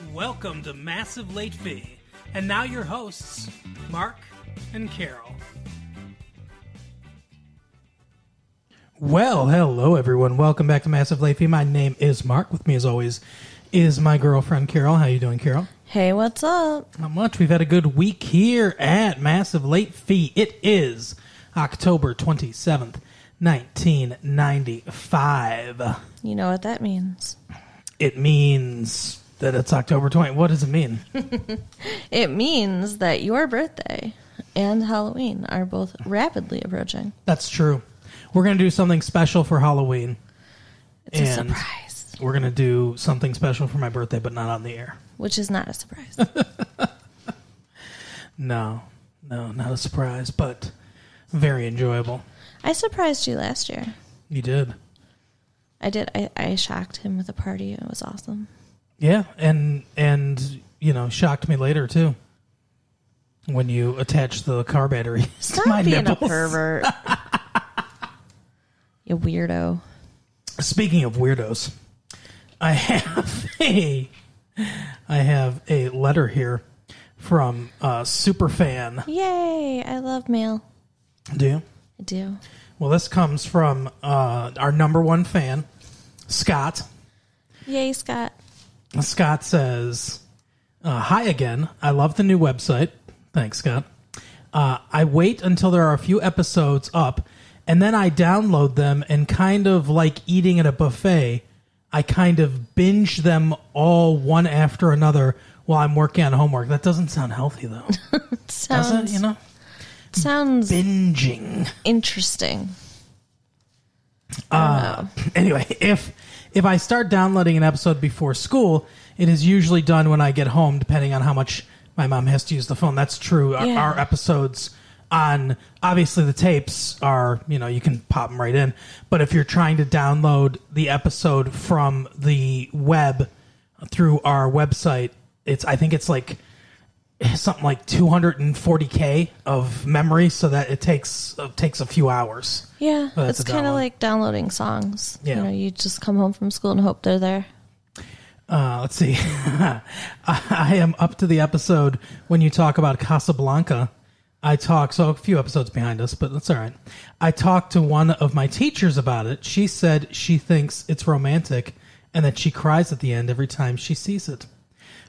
and welcome to Massive Late Fee. And now your hosts, Mark and Carol. Well, hello everyone. Welcome back to Massive Late Fee. My name is Mark. With me, as always, is my girlfriend Carol. How you doing, Carol? Hey, what's up? Not much. We've had a good week here at Massive Late Fee. It is October twenty seventh, nineteen ninety five. You know what that means. It means that it's October twenty. What does it mean? It means that your birthday and Halloween are both rapidly approaching. That's true. We're gonna do something special for Halloween. It's a and surprise, We're gonna do something special for my birthday, but not on the air. which is not a surprise. No, no, not a surprise, but very enjoyable. I surprised you last year. You did, I did. I, I shocked him with a party. It was awesome. yeah, and and you know shocked me later too when you attached the car batteries Stop to my being a nipples. pervert. you weirdo. Speaking of weirdos, I have a I have a letter here from uh, superfan. Yay! I love mail. Do you? I do. Well, this comes from uh, our number one fan, Scott. Yay, Scott. Scott says, uh, Hi again. I love the new website. Thanks, Scott. Uh, I wait until there are a few episodes up, and then I download them and kind of like eating at a buffet, I kind of binge them all one after another while I'm working on homework. That doesn't sound healthy, though. Does it? Sounds You know? sounds Binging. interesting. Uh, anyway, if if I start downloading an episode before school, it is usually done when I get home, depending on how much my mom has to use the phone. That's true. Our, Yeah. our episodes on obviously the tapes are you know you can pop them right in, but if you're trying to download the episode from the web through our website, it's I think it's like something like 240k of memory, so that it takes uh, takes a few hours. Yeah, Oh, that's it's a kind of download. like downloading songs. Yeah. You know, you just come home from school and hope they're there. Uh, let's see. I am up to the episode when you talk about Casablanca. I talk, so a few episodes behind us, but that's all right. I talked to one of my teachers about it. She said she thinks it's romantic and that she cries at the end every time she sees it.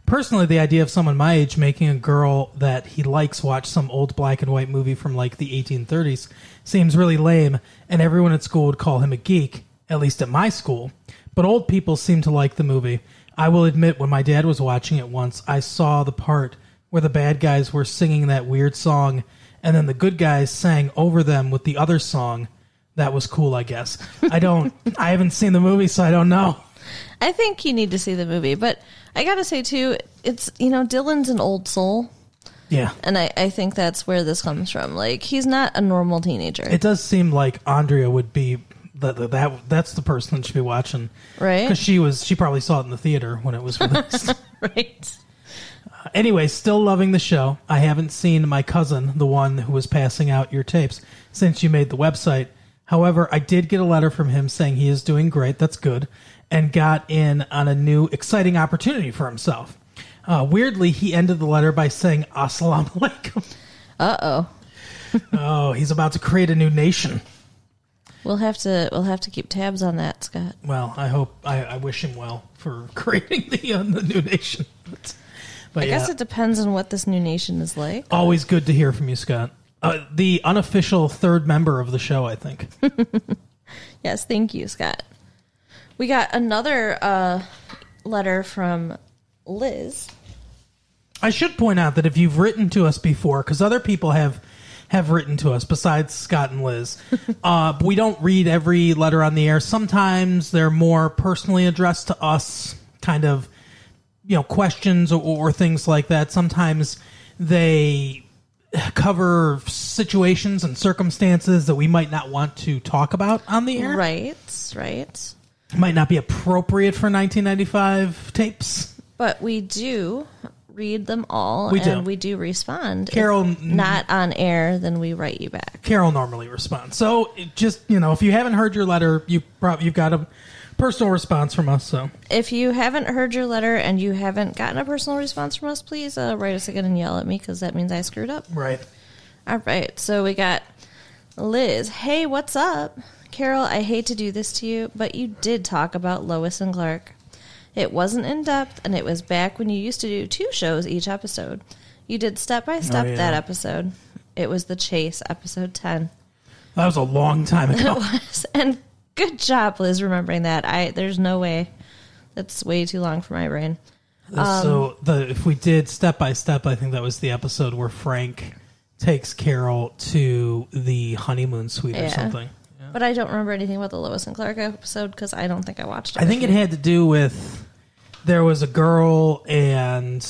Personally, the idea of someone my age making a girl that he likes watch some old black and white movie from like the 1830s seems really lame, and everyone at school would call him a geek, at least at my school. But old people seem to like the movie. I will admit, when my dad was watching it once, I saw the part where the bad guys were singing that weird song, and then the good guys sang over them with the other song. That was cool, I guess. I don't, I haven't seen the movie, so I don't know. I think you need to see the movie, but I gotta say too, it's you know Dylan's an old soul, Yeah. and I I think that's where this comes from. Like he's not a normal teenager, It does seem like Andrea would be that that- that that's the person that should be watching, Right. Because she was she probably saw it in the theater when it was released. right? anyway, still loving the show. I haven't seen my cousin, the one who was passing out your tapes, since you made the website. However, I did get a letter from him saying he is doing great. That's good. And got in on a new exciting opportunity for himself. Uh, weirdly, he ended the letter by saying, Assalamu alaikum. Uh oh, Oh, he's about to create a new nation. we'll have to we'll have to keep tabs on that, Scott. Well, I hope I, I wish him well for creating the uh, the new nation. But, but I yeah, guess it depends on what this new nation is like. always good to hear from you, Scott. Uh, the unofficial third member of the show, I think. Yes, thank you, Scott. We got another uh, letter from Liz. I should point out that if you've written to us before, because other people have have written to us besides Scott and Liz, uh, we don't read every letter on the air. Sometimes they're more personally addressed to us, kind of you know questions or, or things like that. Sometimes they cover situations and circumstances that we might not want to talk about on the air. Right, right. Might not be appropriate for 1995 tapes. But we do read them all We do. and we do respond. Carol, If not on air, then we write you back. Carol normally responds. So it just you know, if you haven't heard your letter, you prob- you've got a personal response from us. So If you haven't heard your letter and you haven't gotten a personal response from us, please uh, write us again and yell at me because that means I screwed up. right. All right, so we got Liz. Hey, what's up? Carol, I hate to do this to you, but you did talk about Lois and Clark. It wasn't in depth, and it was back when you used to do two shows each episode. You did step by step Oh, yeah. that episode. It was the chase, episode 10. That was a long time It ago. was. And good job, Liz, remembering that. I There's no way. That's way too long for my brain. so the if we did step by step, I think that was the episode where Frank takes Carol to the honeymoon suite or Yeah. something. But I don't remember anything about the Lois and Clark episode because I don't think I watched it. I think it had to do with there was a girl and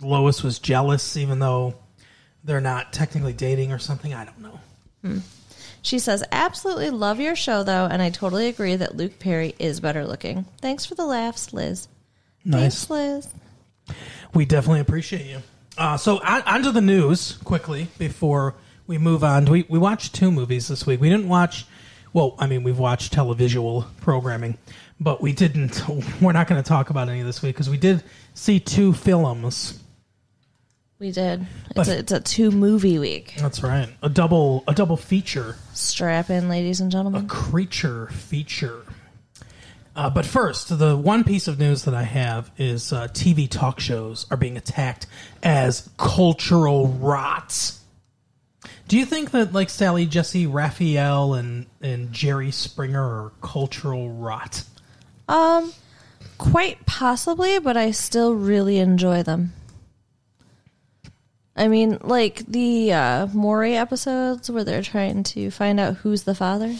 Lois was jealous, even though they're not technically dating or something. I don't know. She says, absolutely love your show, though, and I totally agree that Luke Perry is better looking. Thanks for the laughs, Liz. Nice. Thanks, Liz. We definitely appreciate you. Uh, so on, on to the news quickly before we move on. We we watched two movies this week. We didn't watch. Well, I mean, we've watched televisual programming, but we didn't. We're not going to talk about any this week because we did see two films. We did. But- It's a, it's a two movie week. That's right, a double a double feature. Strap in, ladies and Uh. gentlemen. creature feature. Uh, but first, the one piece of news that I have is uh, TV talk shows are being attacked as cultural rots. Do you think that like Sally Jesse Raphael and and Jerry Springer are cultural rot? Quite possibly, but I still really enjoy them. I mean, like the uh, Maury episodes where they're trying to find out who's the father.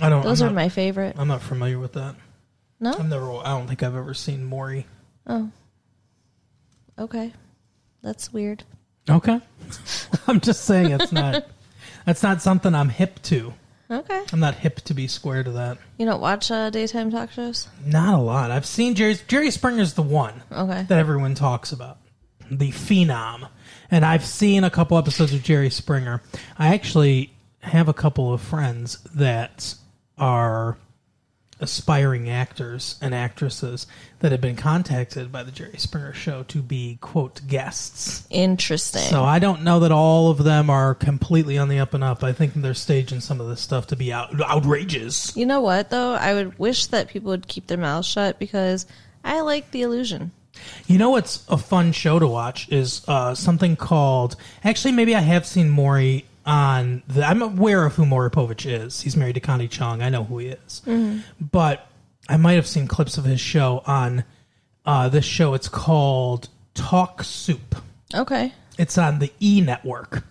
I don't. Those I'm are not, my favorite. I'm not familiar with that. No? I've never. I don't think I've ever seen Maury. Okay. That's weird. Okay. I'm just saying it's not. that's not something I'm hip to. Okay. I'm not hip to be square to that. You don't watch uh, daytime talk shows? Not a lot. I've seen Jerry's. Jerry Springer's the one Okay. that everyone talks about, the phenom. And I've seen a couple episodes of Jerry Springer. I actually have a couple of friends that are aspiring actors and actresses that have been contacted by the Jerry Springer show to be quote guests. Interesting. So I don't know that all of them are completely on the up and up. I think they're staging some of this stuff to be out- outrageous. You know what though? I would wish that people would keep their mouths shut because I like the illusion. You know what's a fun show to watch is uh, something called. Actually, maybe I have seen Maury on. The, I'm aware of who Maury Povich is. He's married to Connie Chung. I know who he is. But I might have seen clips of his show on uh, this show. It's called Talk Soup. Okay. It's on the E Network.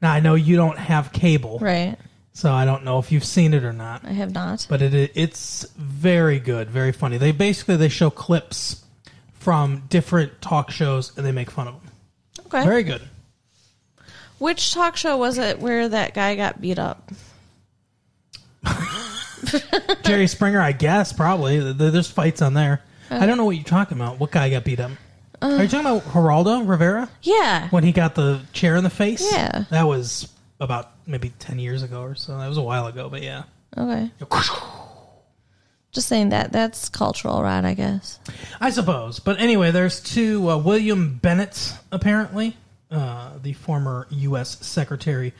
Now I know you don't have cable, Right. so I don't know if you've seen it or not I have not. but it it's very good, very funny. They basically they show clips from different talk shows and they make fun of them. Okay. Very good. Which talk show was it where that guy got beat up? Jerry Springer, I guess probably Th- th- there's fights on there. I don't know what you're talking about. What guy got beat up? Are you talking about Geraldo Rivera Yeah. when he got the chair in the face? Yeah. that was about maybe ten years ago or so. That was a while ago, but yeah. Okay. Just saying that that's cultural rot, I guess. I suppose. But anyway, there's two uh, William Bennett, apparently, uh, the former U.S. Secretary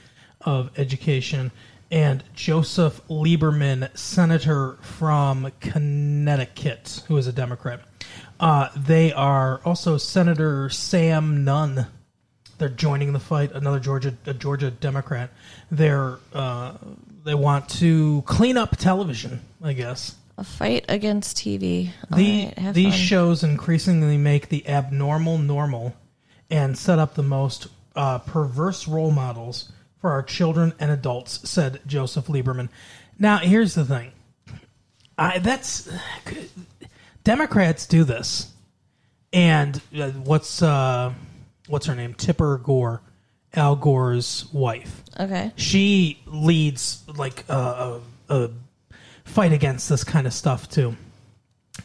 of Education, and Joseph Lieberman, Senator from Connecticut, who is a Democrat. Uh, they are also Senator Sam Nunn. They're joining the fight. Another Georgia, a Georgia Democrat. They're uh, they want to clean up television, I guess. A fight against TV. All The, right, have these fun. shows increasingly make the abnormal normal and set up the most uh, perverse role models for our children and adults, said Joseph Lieberman. Now, here's the thing. I, that's Democrats do this, and uh, what's uh, what's her name? Tipper Gore, Al Gore's wife okay. she leads like a, a, a fight against this kind of stuff too.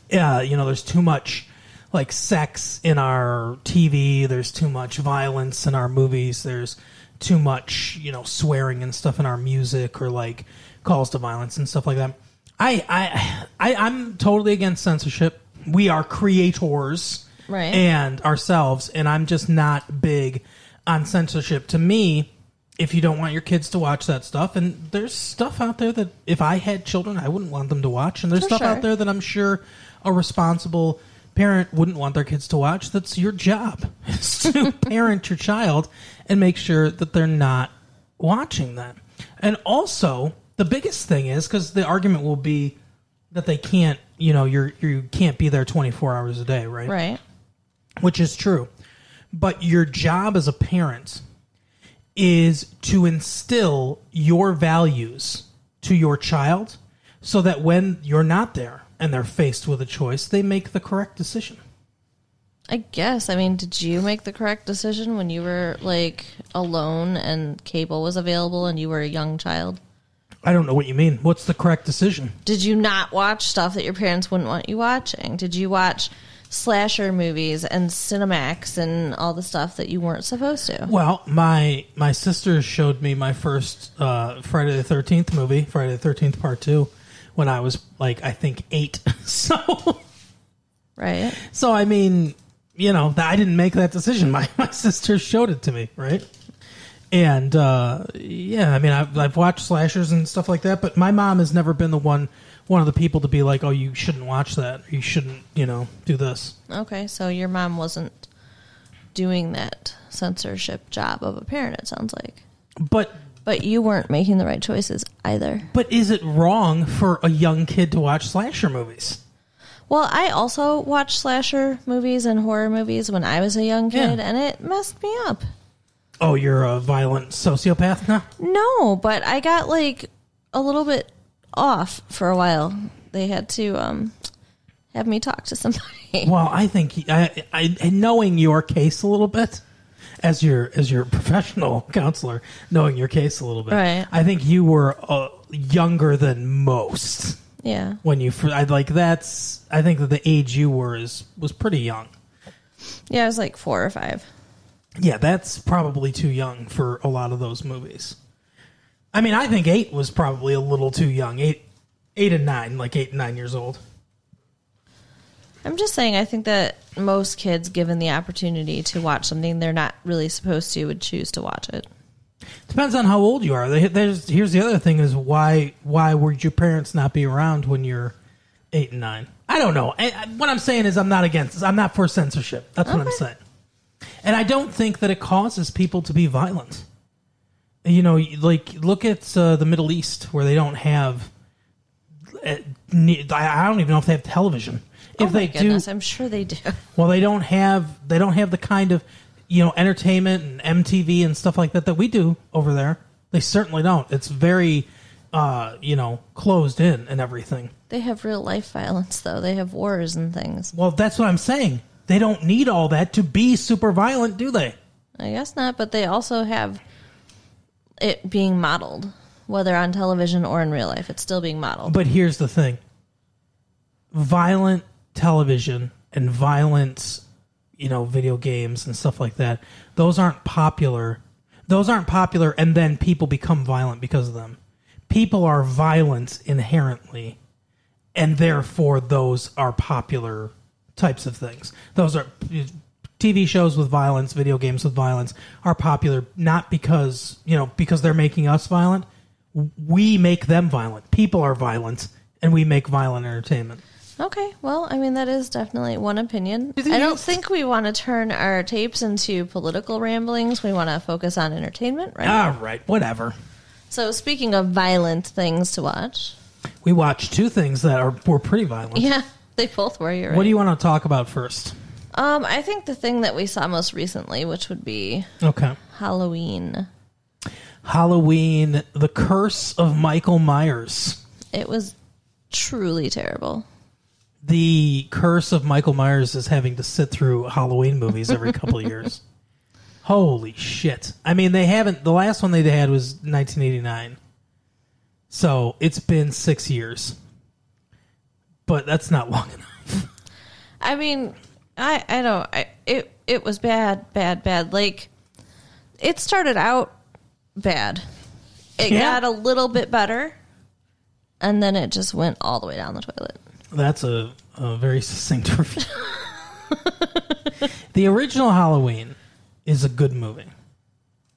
Yeah, you know, there's too much like sex in our TV. There's too much violence in our movies. There's too much you know swearing and stuff in our music or like calls to violence and stuff like that. I, I, I, I'm totally against censorship. We are creators, Right. And ourselves, and I'm just not big on censorship. To me, if you don't want your kids to watch that stuff, and there's stuff out there that if I had children, I wouldn't want them to watch, and there's For stuff out sure. there that I'm sure a responsible parent wouldn't want their kids to watch. That's your job is to parent your child and make sure that they're not watching that. And also, the biggest thing is because the argument will be that they can't, you know, you're you can't be there 24 hours a day, right? Right. Which is true. But your job as a parent is to instill your values to your child so that when you're not there and they're faced with a choice, they make the correct decision. I guess. I mean, did you make the correct decision when you were like alone and cable was available and you were a young child? I don't know what you mean. What's the correct decision? Did you not watch stuff that your parents wouldn't want you watching? Did you watch slasher movies and Cinemax and all the stuff that you weren't supposed to? Well, my my sister showed me my first uh, Friday the Thirteenth movie, Friday the Thirteenth Part Two, when I was like I think eight. So Right? so I mean, you know, I didn't make that decision. My my sister showed it to me, right? And uh, yeah, I mean, I've, I've watched slashers and stuff like that, but my mom has never been the one one of the people to be like, oh, you shouldn't watch that, you shouldn't, you know, do this. Okay, so your mom wasn't doing that censorship job of a parent, it sounds like. But But you weren't making the right choices either. but is it wrong for a young kid to watch slasher movies? Well, I also watched slasher movies and horror movies when I was a young kid, Yeah. and it messed me up. Oh, you're a violent sociopath now? No, but I got like a little bit off for a while. They had to um, have me talk to somebody. Well, I think I, I, I- knowing your case a little bit as your as your professional counselor, knowing your case a little bit, Right. I think you were uh, younger than most Yeah. when you. fir- I like that's. I think that the age you were is was pretty young. Yeah, I was like four or five. Yeah, that's probably too young for a lot of those movies. I mean, I think eight was probably a little too young. Eight, eight and nine, like eight and nine years old. I'm just saying, I think that most kids, given the opportunity to watch something they're not really supposed to, would choose to watch it. Depends on how old you are. They- There's here's the other thing is why why would your parents not be around when you're eight and nine? I don't know. I, I- what I'm saying is I'm not against. I'm not for censorship. That's what I'm Okay. saying. And I don't think that it causes people to be violent. You know, you- like look at uh, the Middle East where they don't have. Uh, ne- I I don't even know if they have television. If oh my they goodness, do, I'm sure they do. well, they don't have they don't have the kind of you know entertainment and MTV and stuff like that that we do over there. They certainly don't. It's very uh, you know closed in and everything. They have real life violence, though. They have wars and things. Well, that's what I'm saying. They don't need all that to be super violent, do they? I guess not, but they also have it being modeled, whether on television or in real life. It's still being modeled. But here's the thing: violent television and violent, you know, video games and stuff like that. Those aren't popular. Those aren't popular, and then people become violent because of them. People are violent inherently, and therefore those are popular types of things. Those are TV shows with violence, video games with violence are popular not because you know because they're making us violent. We make them violent. People are violent, and we make violent entertainment. Okay, well, I mean, that is definitely one opinion. think you- I don't think we want to turn our tapes into political ramblings. We want to focus on entertainment, right? All right, whatever. so, speaking of violent things to watch, We watched two things that are were pretty violent. yeah, they both were. You're right. What do you want to talk about first? um, I think the thing that we saw most recently, which would be Okay. Halloween, Halloween, The Curse of Michael Myers. it was truly terrible. the curse of Michael Myers is having to sit through Halloween movies every couple of years. Holy shit. I mean, they haven't, the last one they had was 1989. So it's been six years. But that's not long enough. I mean, I I don't. I it it was bad, bad, bad. Like it started out bad. It Yeah. got a little bit better, and then it just went all the way down the toilet. That's a, a very succinct review. the original Halloween is a good movie,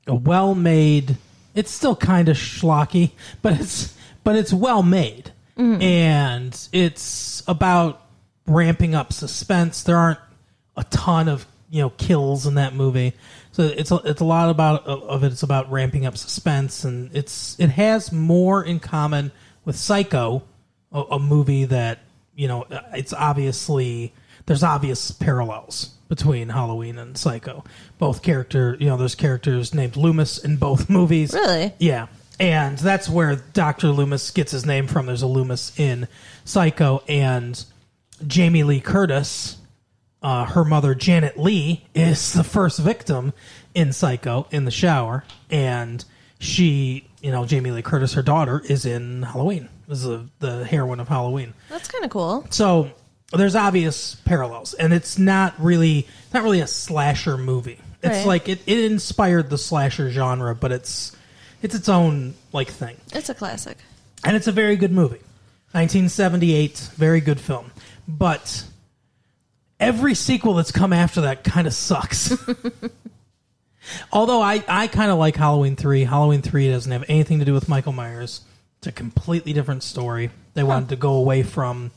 a well made. It's still kind of schlocky, but it's but it's well made, and it's about ramping up suspense. There aren't a ton of you know kills in that movie, so it's a, it's a lot about of it. It's about ramping up suspense, and it's it has more in common with Psycho a, a movie that you know it's obviously there's obvious parallels between Halloween and Psycho. Both character, you know, there's characters named Loomis in both movies. Really? Yeah. And that's where Dr. Loomis gets his name from. There's a Loomis in Psycho and Jamie Lee Curtis, uh, her mother Janet Lee is the first victim in Psycho in the shower, and she, you know, Jamie Lee Curtis, her daughter, is in Halloween. This is the the heroine of Halloween. That's kind of cool. So there's obvious parallels, and it's not really not really a slasher movie. It's Right. like it, it inspired the slasher genre, but it's it's its own like thing It's a classic. and it's a very good movie 1978 very good film but every sequel that's come after that kind of sucks although i, I kind of like halloween 3 halloween 3 doesn't have anything to do with michael myers it's a completely different story they wanted to go away from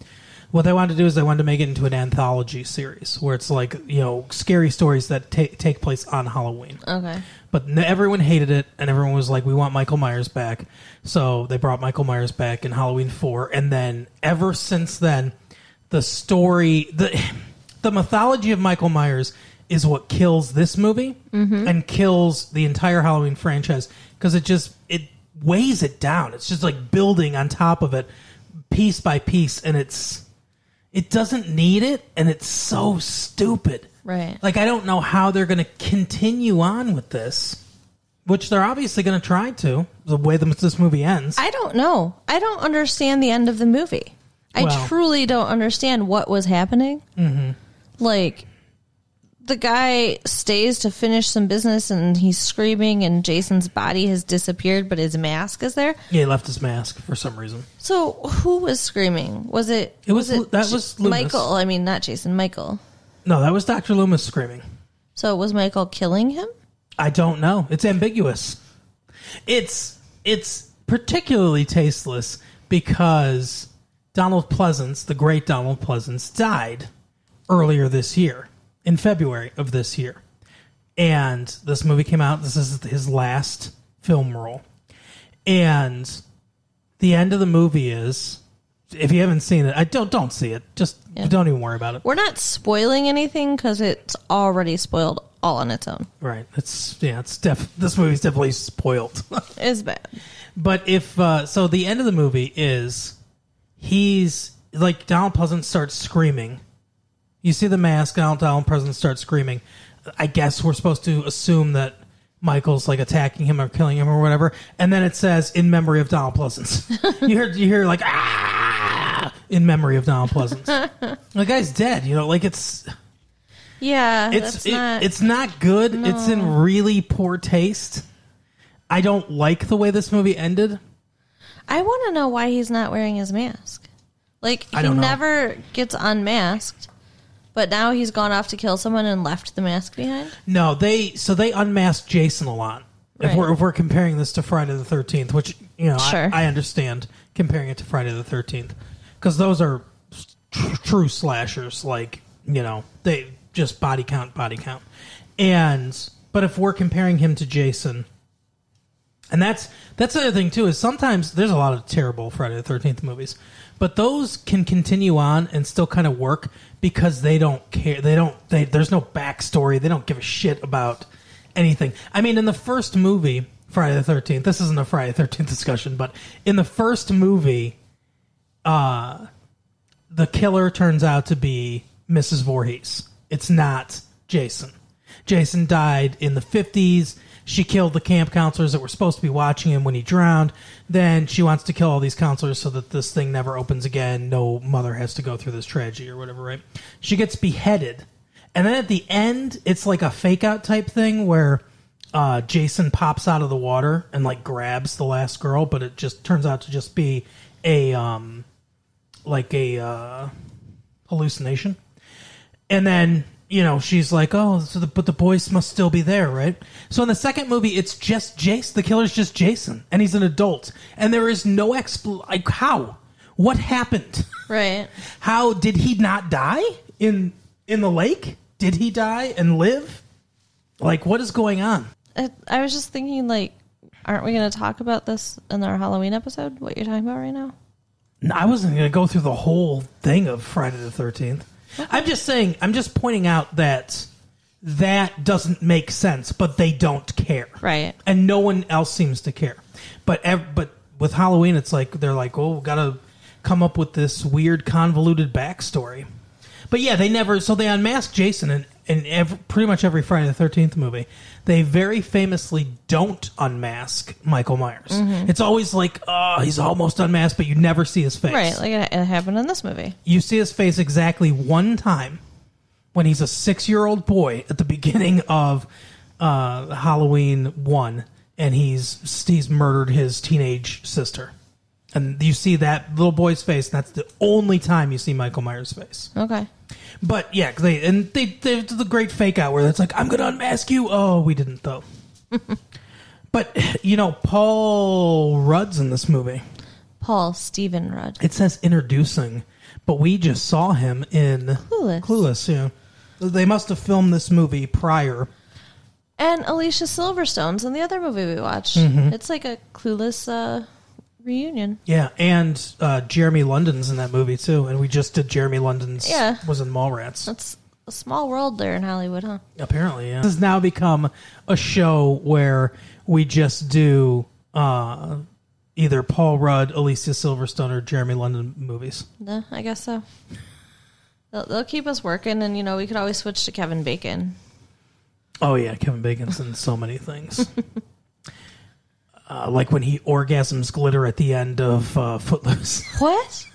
what they wanted to do is they wanted to make it into an anthology series where it's like you know scary stories that ta- take place on halloween Okay. but n- everyone hated it, and everyone was like, "We want Michael Myers back." So they brought Michael Myers back in Halloween Four, and then ever since then, the story, the the mythology of Michael Myers is what kills this movie and kills the entire Halloween franchise because it just it weighs it down. It's just like building on top of it, piece by piece, and it's it doesn't need it, and it's so stupid. Right. Like I don't know how they're going to continue on with this, which they're obviously going to try to. The way the, this movie ends, I don't know. I don't understand the end of the movie. I Well- truly don't understand what was happening. Mm-hmm. Like, the guy stays to finish some business and he's screaming, and Jason's body has disappeared, but his mask is there. yeah, he left his mask for some reason. So, who was screaming? Was it? It was Lu- that J- was Loomis. Michael. I mean, not Jason. Michael. No, that was Doctor Loomis screaming. So was Michael killing him? I don't know. It's ambiguous. It's it's particularly tasteless because Donald Pleasance, the great Donald Pleasance, died earlier this year in February of this year, and this movie came out. This is his last film role, and the end of the movie is. If you haven't seen it, I don't don't see it. Just don't even worry about it. We're not spoiling anything because it's already spoiled all on its own. Right? It's yeah. It's def. This movie's definitely spoiled. It's bad. But if uh, so, the end of the movie is he's like Donald Pleasant starts screaming. You see the mask, and Donald Pleasant starts screaming. I guess we're supposed to assume that Michael's like attacking him or killing him or whatever. And then it says in memory of Donald Pleasance. you hear you hear like ah in memory of Donald Pleasance. the guy's dead. You know, like it's Yeah, it's that's it- not. it's not good. It's in really poor taste. I don't like the way this movie ended. I want to know why he's not wearing his mask. Like I he don't know. never gets unmasked, but now he's gone off to kill someone and left the mask behind. No, they so they unmasked Jason a lot. If Right. we're if we're comparing this to Friday the Thirteenth, which you know Sure. I, I understand comparing it to Friday the Thirteenth because those are tr- true slashers. Like you know they just body count, body count, and but if we're comparing him to Jason, and that's that's the other thing too is sometimes there's a lot of terrible Friday the Thirteenth movies, but those can continue on and still kind of work because they don't care. They don't. They, there's no backstory. They don't give a shit about anything. I mean, in the first movie, Friday the Thirteenth. This isn't a Friday the Thirteenth discussion, but in the first movie, uh, the killer turns out to be Mrs. Voorhees. It's not Jason. Jason died in the 50s. She killed the camp counselors that were supposed to be watching him when he drowned. Then she wants to kill all these counselors so that this thing never opens again. No mother has to go through this tragedy or whatever, right? She gets beheaded. And then at the end, it's like a fake out type thing where uh, Jason pops out of the water and like grabs the last girl, but it just turns out to just be a um, like a uh, hallucination, and then you know she's like, "Oh, so the, but the boys must still be there, right?" So in the second movie, it's just Jace. The killer's just Jason, and he's an adult, and there is no expl. Like how? What happened? Right. How did he not die in in the lake? Did he die and live? Like what is going on? I, I was just thinking, like, aren't we going to talk about this in our Halloween episode? What you're talking about right now? No, I wasn't going to go through the whole thing of Friday the 13th. I'm just saying, I'm just pointing out that that doesn't make sense, but they don't care. Right. And no one else seems to care. But ev- but with Halloween, it's like they're like, oh, got to come up with this weird, convoluted backstory. But yeah, they never. So they unmask Jason in, in ev pretty much every Friday the Thirteenth movie. They very famously don't unmask Michael Myers. It's always like, oh, he's almost unmasked, but you never see his face. Right. Like it, it happened in this movie. You see his face exactly one time when he's a six year old boy at the beginning of uh, Halloween 1, and he's, he's murdered his teenage sister. And you see that little boy's face, and that's the only time you see Michael Myers' face. Okay. But yeah, 'cause they and they, they do the great fake out where it's like, I'm going to unmask you. Oh, we didn't, though. but, you know, Paul Rudd's in this movie. Paul Stephen Rudd. It says introducing, but we just saw him in Clueless. Clueless, yeah. They must have filmed this movie prior. And Alicia Silverstone's in the other movie we watched. It's like a clueless uh, reunion. Yeah, and uh, Jeremy London's in that movie too, and we just did Jeremy London's Yeah. was in Mallrats. That's a small world there in Hollywood, huh? Apparently, yeah. This has now become a show where we just do uh, either Paul Rudd, Alicia Silverstone, or Jeremy London movies. No, I guess so. They'll, they'll keep us working, and you know we could always switch to Kevin Bacon. Oh yeah, Kevin Bacon's in so many things. uh, like when he orgasms glitter at the end of uh, Footloose. What?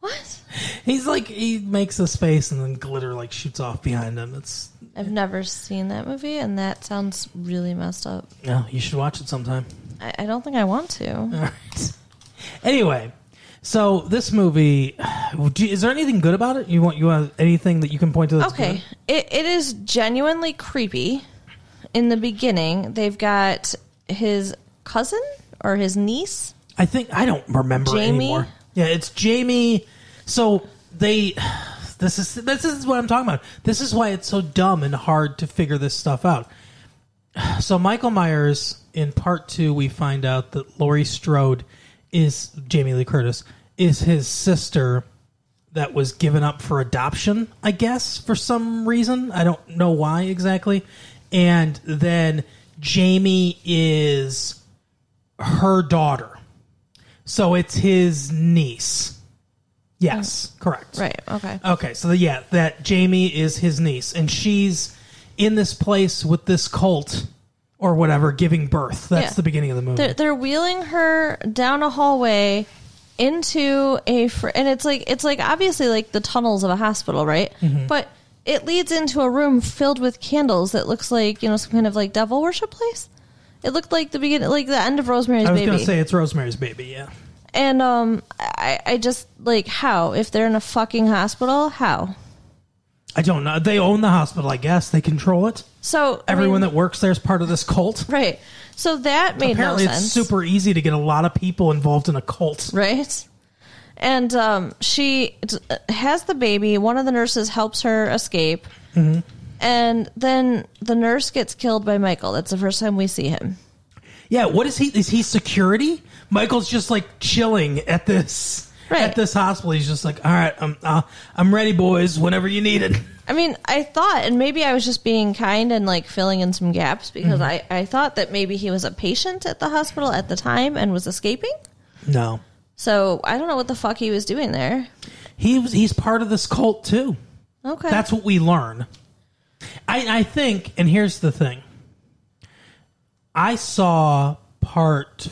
What? He's like he makes his face and then glitter like shoots off behind him. It's I've never seen that movie, and that sounds really messed up. yeah, you should watch it sometime. I, I don't think I want to. All right. Anyway, so this movie, do you- is there anything good about it? You want you want anything that you can point to? That's Okay, good? it, it is genuinely creepy. In the beginning, they've got his cousin or his niece. I think I don't remember Jamie? anymore. Yeah, it's Jamie. So they this is this is what I'm talking about. This is why it's so dumb and hard to figure this stuff out. So Michael Myers in part 2 we find out that Laurie Strode is Jamie Lee Curtis is his sister that was given up for adoption, I guess, for some reason. I don't know why exactly. And then Jamie is her daughter. So it's his niece. Yes, correct. Oh. Right. Okay. Okay, so the, yeah, that Jamie is his niece, and she's in this place with this cult or whatever, giving birth. That's Yeah. the beginning of the movie. They're, they're wheeling her down a hallway into a fr- and it's like it's like obviously like the tunnels of a hospital, right? Mm-hmm. But it leads into a room filled with candles that looks like you know some kind of like devil worship place. It looked like the beginning, like the end of Rosemary's I was Baby. gonna say it's Rosemary's Baby. Yeah, and um, I, I just like how if they're in a fucking hospital, how? I don't know. They own the hospital, I guess. They control it. So I Everyone mean, that works there is part of this cult. right. So that made Apparently, no it's sense. super easy to get a lot of people involved in a cult. right? And um, she t- has the baby. One of the nurses helps her escape, Mm-hmm. and then the nurse gets killed by Michael. That's the first time we see him. Yeah, what is he? Is he security? Michael's just like chilling at this Right. at this hospital. He's just like, all right, I'm uh, I'm ready, boys. Whenever you need it. I mean, I thought, and maybe I was just being kind and like filling in some gaps because Mm-hmm. I, I thought that maybe he was a patient at the hospital at the time and was escaping. No, So I don't know what the fuck he was doing there. he was. He's part of this cult too. Okay. That's what we learn. I, I think, and here's the thing. I saw part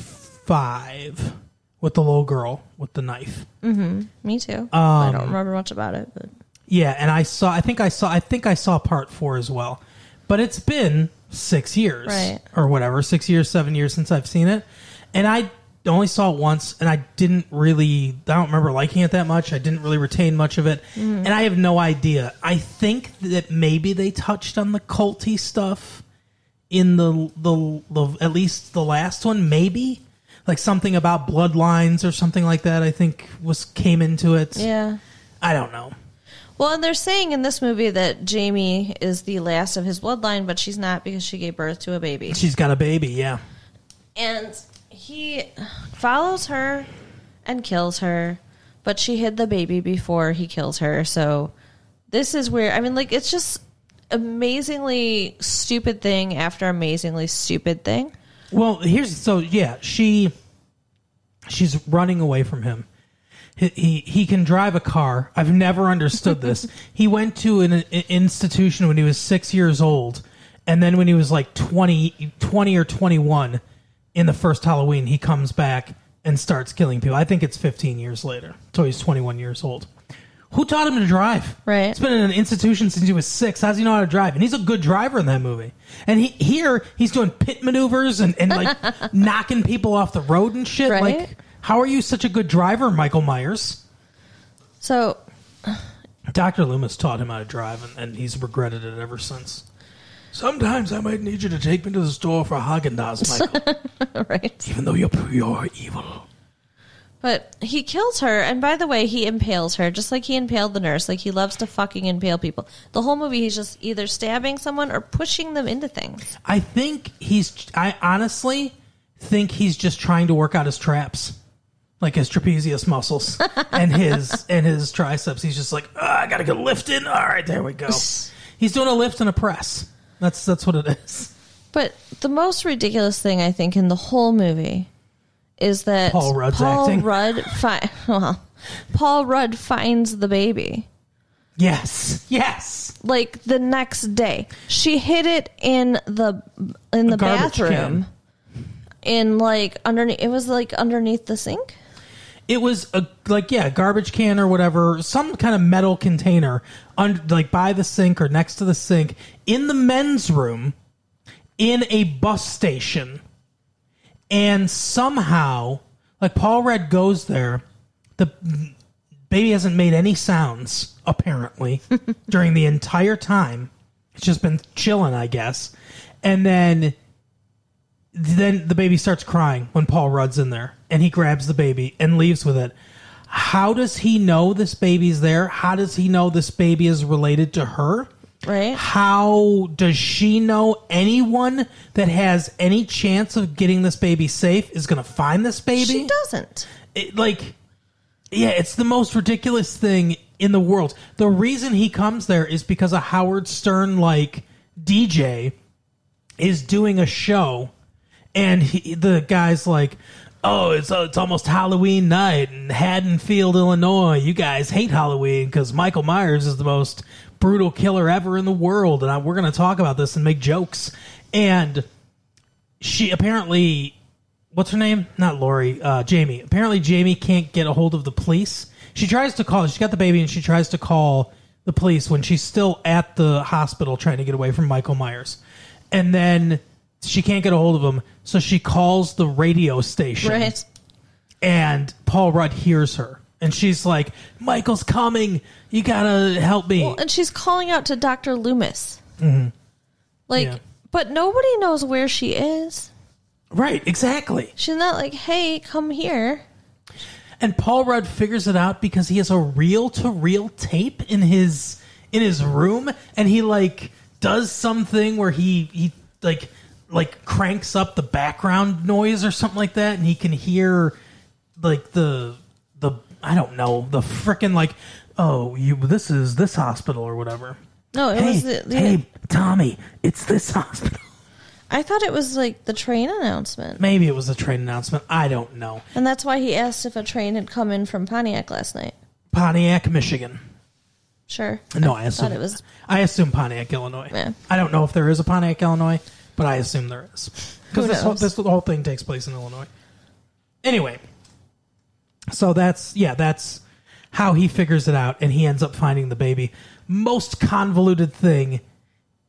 five with the little girl with the knife. me too. I don't remember much about it, but Yeah, and I saw. I think I saw. I think I saw part four as well. But it's been six years Right. or whatever, six years, seven years since I've seen it, and I only saw it once, and I didn't really. I don't remember liking it that much. I didn't really retain much of it, Mm. and I have no idea. I think that maybe they touched on the culty stuff in the the, the at least the last one, maybe like something about bloodlines or something like that. I think was came into it. Yeah. I don't know. Well, and they're saying in this movie that Jamie is the last of his bloodline, but she's not because she gave birth to a baby. She's got a baby. Yeah. And he follows her and kills her, but she hid the baby before he kills her. So this is where I mean like it's just amazingly stupid thing after amazingly stupid thing. Well, here's so yeah, she she's running away from him. He he, he can drive a car. I've never understood this. he went to an, i- institution when he was 6 years old and then when he was like 20 20 or 21 in the first Halloween, he comes back and starts killing people. I think it's 15 years later. So he's 21 years old. Who taught him to drive? Right. It's been in an institution since he was six. How does he know how to drive? And he's a good driver in that movie. And he here he's doing pit maneuvers and, and like knocking people off the road and shit. Right. Like, how are you such a good driver, Michael Myers? So Doctor Loomis taught him how to drive, and, and he's regretted it ever since. Sometimes I might need you to take me to the store for Haagen Dazs, Michael, right. even though you're pure evil. But he kills her, and by the way, he impales her, just like he impaled the nurse. Like he loves to fucking impale people. The whole movie, he's just either stabbing someone or pushing them into things. I think he's. I honestly think he's just trying to work out his traps, like his trapezius muscles and his and his triceps. He's just like, "Ugh, I gotta get lifting. All right, there we go. he's doing a lift and a press. That's that's what it is. But the most ridiculous thing I think in the whole movie is that Paul Rudd's Paul acting. Rudd fi- well, Paul Rudd finds the baby Yes, yes. like the next day. She hid it in the in the Garbage can. bathroom, in like underneath. It was like underneath the sink. It was a like yeah, garbage can or whatever, some kind of metal container, under, like by the sink or next to the sink, in the men's room, in a bus station, and somehow, like Paul Red goes there, the baby hasn't made any sounds apparently during the entire time. It's just been chilling, I guess, and then then the baby starts crying when Paul Rudd's in there and he grabs the baby and leaves with it. How does he know this baby's there? How does he know this baby is related to her? Right. How does she know anyone that has any chance of getting this baby safe is going to find this baby? She doesn't. it, like yeah it's the most ridiculous thing in the world the reason he comes there is because a howard stern like dj is doing a show and he, the guy's like oh it's, uh, it's almost halloween night in haddonfield illinois you guys hate halloween because michael myers is the most brutal killer ever in the world and I, we're going to talk about this and make jokes and she apparently what's her name? Not Lori, uh, Jamie. Apparently, Jamie can't get a hold of the police. She tries to call. She got the baby, and she tries to call the police when she's still at the hospital trying to get away from Michael Myers, and then she can't get a hold of him. So she calls the radio station, Right. and Paul Rudd hears her, and she's like, "Michael's coming. You gotta help me." Well, and she's calling out to Dr. Loomis. Like, Mm-hmm. Yeah. but nobody knows where she is. right? Exactly. She's not like, hey, come here. And Paul Rudd figures it out because he has a reel to reel tape in his in his room and he like does something where he he like like cranks up the background noise or something like that and he can hear like the the I don't know, the frickin' like oh, you this is this hospital or whatever. No, it Hey, was the, the- hey, Tommy, it's this hospital. I thought it was like the train announcement. Maybe it was a train announcement. I don't know. And that's why he asked if a train had come in from Pontiac last night. Pontiac, Michigan. Sure. No, I assume it was- I assume Pontiac, Illinois. Yeah. I don't know if there is a Pontiac, Illinois, but I assume there is because Who this whole, knows? this whole thing takes place in Illinois. Anyway, so that's yeah, that's how he figures it out, and he ends up finding the baby. Most convoluted thing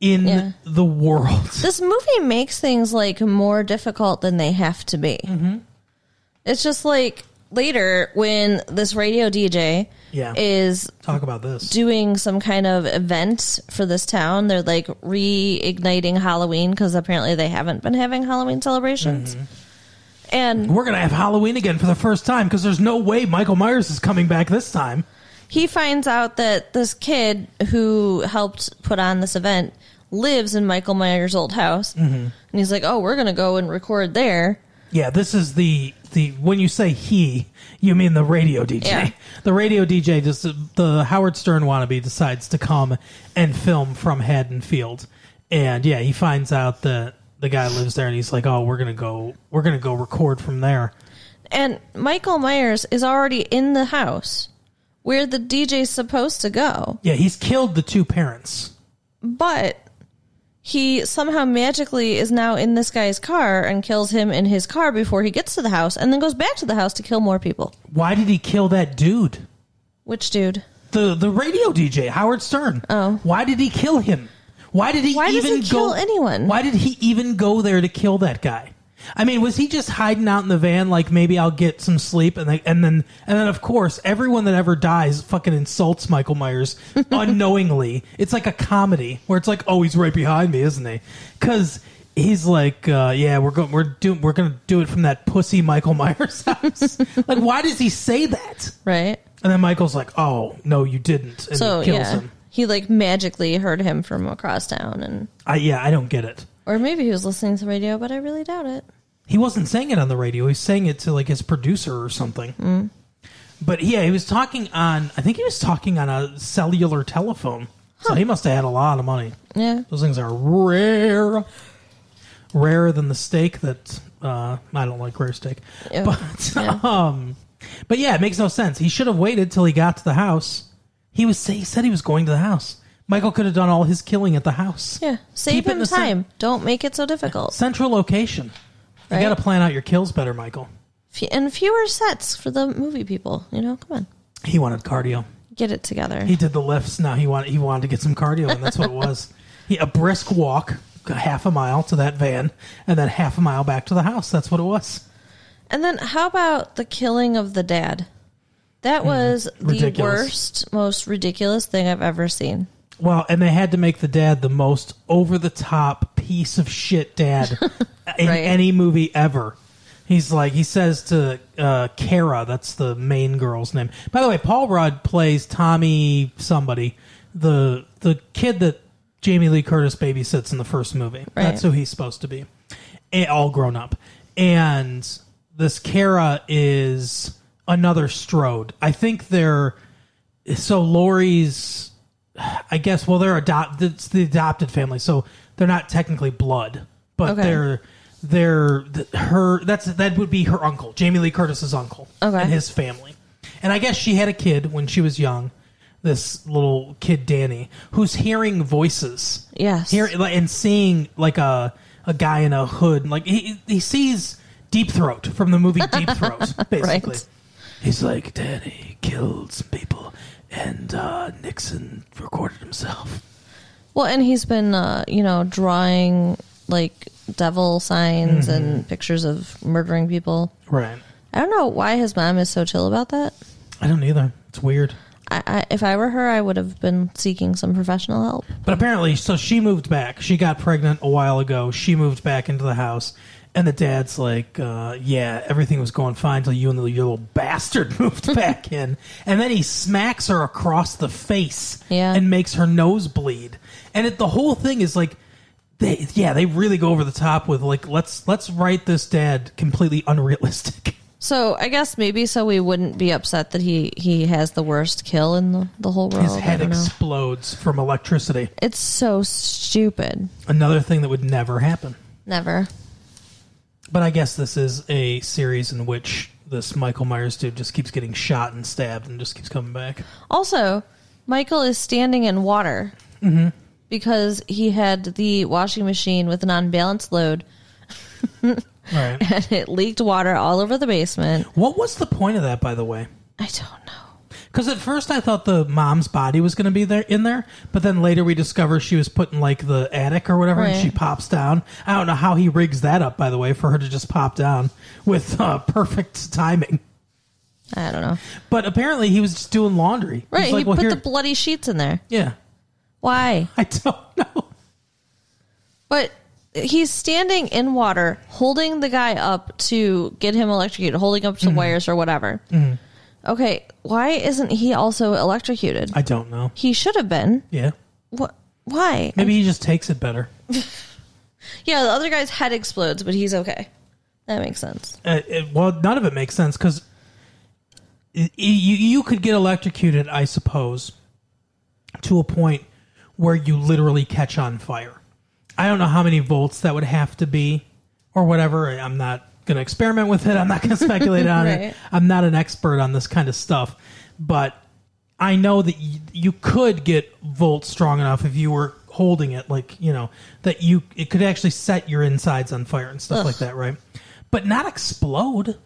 in Yeah. the world. Mm-hmm. This movie makes things like more difficult than they have to be. It's just like later when this radio DJ Yeah. is Talk about this. doing some kind of event for this town. They're like reigniting Halloween because apparently they haven't been having Halloween celebrations. And We're gonna have Halloween again for the first time because there's no way Michael Myers is coming back this time. he finds out that this kid who helped put on this event lives in Michael Myers' old house. And he's like, oh, we're going to go and record there. Yeah, this is the the when you say he, you mean the radio DJ. Yeah. The radio DJ just the Howard Stern wannabe decides to come and film from Haddonfield, and yeah, he finds out that the guy lives there, and he's like, "Oh, we're gonna go, we're gonna go record from there." And Michael Myers is already in the house where the DJ's supposed to go. Yeah, he's killed the two parents. but he somehow magically is now in this guy's car and kills him in his car before he gets to the house and then goes back to the house to kill more people. Why did he kill that dude? Which dude? The the radio DJ Howard Stern. Oh. why did he kill him? Why did he Why does even he kill go, anyone? Why did he even go there to kill that guy? I mean, was he just hiding out in the van like maybe I'll get some sleep and they, and then and then of course everyone that ever dies fucking insults Michael Myers unknowingly. It's like a comedy where it's like, "Oh, he's right behind me, isn't he?" Cuz he's like, uh, "Yeah, we're going we're doing we're going to do it from that pussy Michael Myers house." like why does he say that? Right? And then Michael's like, "Oh no, you didn't," and So he kills yeah, him. he like magically heard him from across town, and I, yeah, I don't get it. or maybe he was listening to radio, but I really doubt it. He wasn't saying it on the radio. He was saying it to like his producer or something. Mm. But yeah, he was talking on. I think he was talking on a cellular telephone. So he must have had a lot of money. Yeah, Those things are rare, rarer than the steak that uh, I don't like rare steak. Yeah. But Yeah. um, but yeah, it makes no sense. He should have waited till he got to the house. He was he said he was going to the house. Michael could have done all his killing at the house. yeah. Save Keep it in him the cen- time. Don't make it so difficult. Central location. Right. You got to plan out your kills better, Michael. Fe- and fewer sets for the movie people. You know, come on, He wanted cardio. get it together. He did the lifts. Now he wanted he wanted to get some cardio, and that's what it was. He, a brisk walk, a half a mile to that van, and then half a mile back to the house. That's what it was. And then how about the killing of the dad? That was the Mm, ridiculous. worst, most ridiculous thing I've ever seen. Well, and they had to make the dad the most over the top piece of shit dad in Right. any movie ever. He's like he says to uh, Kara, that's the main girl's name. By the way, Paul Rudd plays Tommy somebody, the the kid that Jamie Lee Curtis babysits in the first movie. Right. That's who he's supposed to be, and, all grown up. And this Kara is another Strode. I think they're so Lori's I guess. Well, they're adopt. It's the adopted family, so they're not technically blood, but Okay. they're they're th- her. That's that would be her uncle, Jamie Lee Curtis's uncle, Okay. and his family. And I guess she had a kid when she was young. This little kid, Danny, who's hearing voices, Yes. hear like, and seeing like a a guy in a hood, like he he sees Deep Throat from the movie Deep Throat, basically. Right. He's like, Danny killed some people, and uh, Nixon recorded himself. Well, and he's been, uh, you know, drawing like devil signs Mm-hmm. and pictures of murdering people. Right. I don't know why his mom is so chill about that. I don't either. It's weird. I, I, if I were her, I would have been seeking some professional help. But apparently, so she moved back. She got pregnant a while ago. She moved back into the house. And the dad's like, uh, yeah, everything was going fine till you and the, your little bastard moved back in. And then he smacks her across the face Yeah. and makes her nose bleed. And it, the whole thing is like, they, yeah, they really go over the top with like, let's let's write this dad completely unrealistic. So I guess maybe so we wouldn't be upset that he he has the worst kill in the, the whole world. His Oh, I head don't know. explodes from electricity. It's so stupid. Another thing that would never happen. Never. But I guess this is a series in which this Michael Myers dude just keeps getting shot and stabbed and just keeps coming back. Also, Michael is standing in water Mm-hmm. because he had the washing machine with an unbalanced load Right. and it leaked water all over the basement. what was the point of that, by the way? I don't know. Because at first I thought the mom's body was going to be there in there, but then later we discover she was put in like the attic or whatever, and Right. she pops down. I don't know how he rigs that up, by the way, for her to just pop down with uh, perfect timing. I don't know. But apparently he was just doing laundry. He was Right, like, he well, put here- the bloody sheets in there. yeah, Why? I don't know. But he's standing in water, holding the guy up to get him electrocuted, holding up to Mm-hmm. wires or whatever. Okay, why isn't he also electrocuted? I don't know. he should have been. Yeah, What? Why? maybe he just takes it better. Yeah, the other guy's head explodes, but he's okay. That makes sense. Uh, it, well, none of it makes sense because you you could get electrocuted, I suppose, to a point where you literally catch on fire. I don't know how many volts that would have to be, or whatever. I- I'm not going to experiment with it. I'm not going to speculate on it. Right. I'm not an expert on this kind of stuff, but I know that y- you could get volts strong enough if you were holding it, like you know, that you it could actually set your insides on fire and stuff like that, right? But not explode.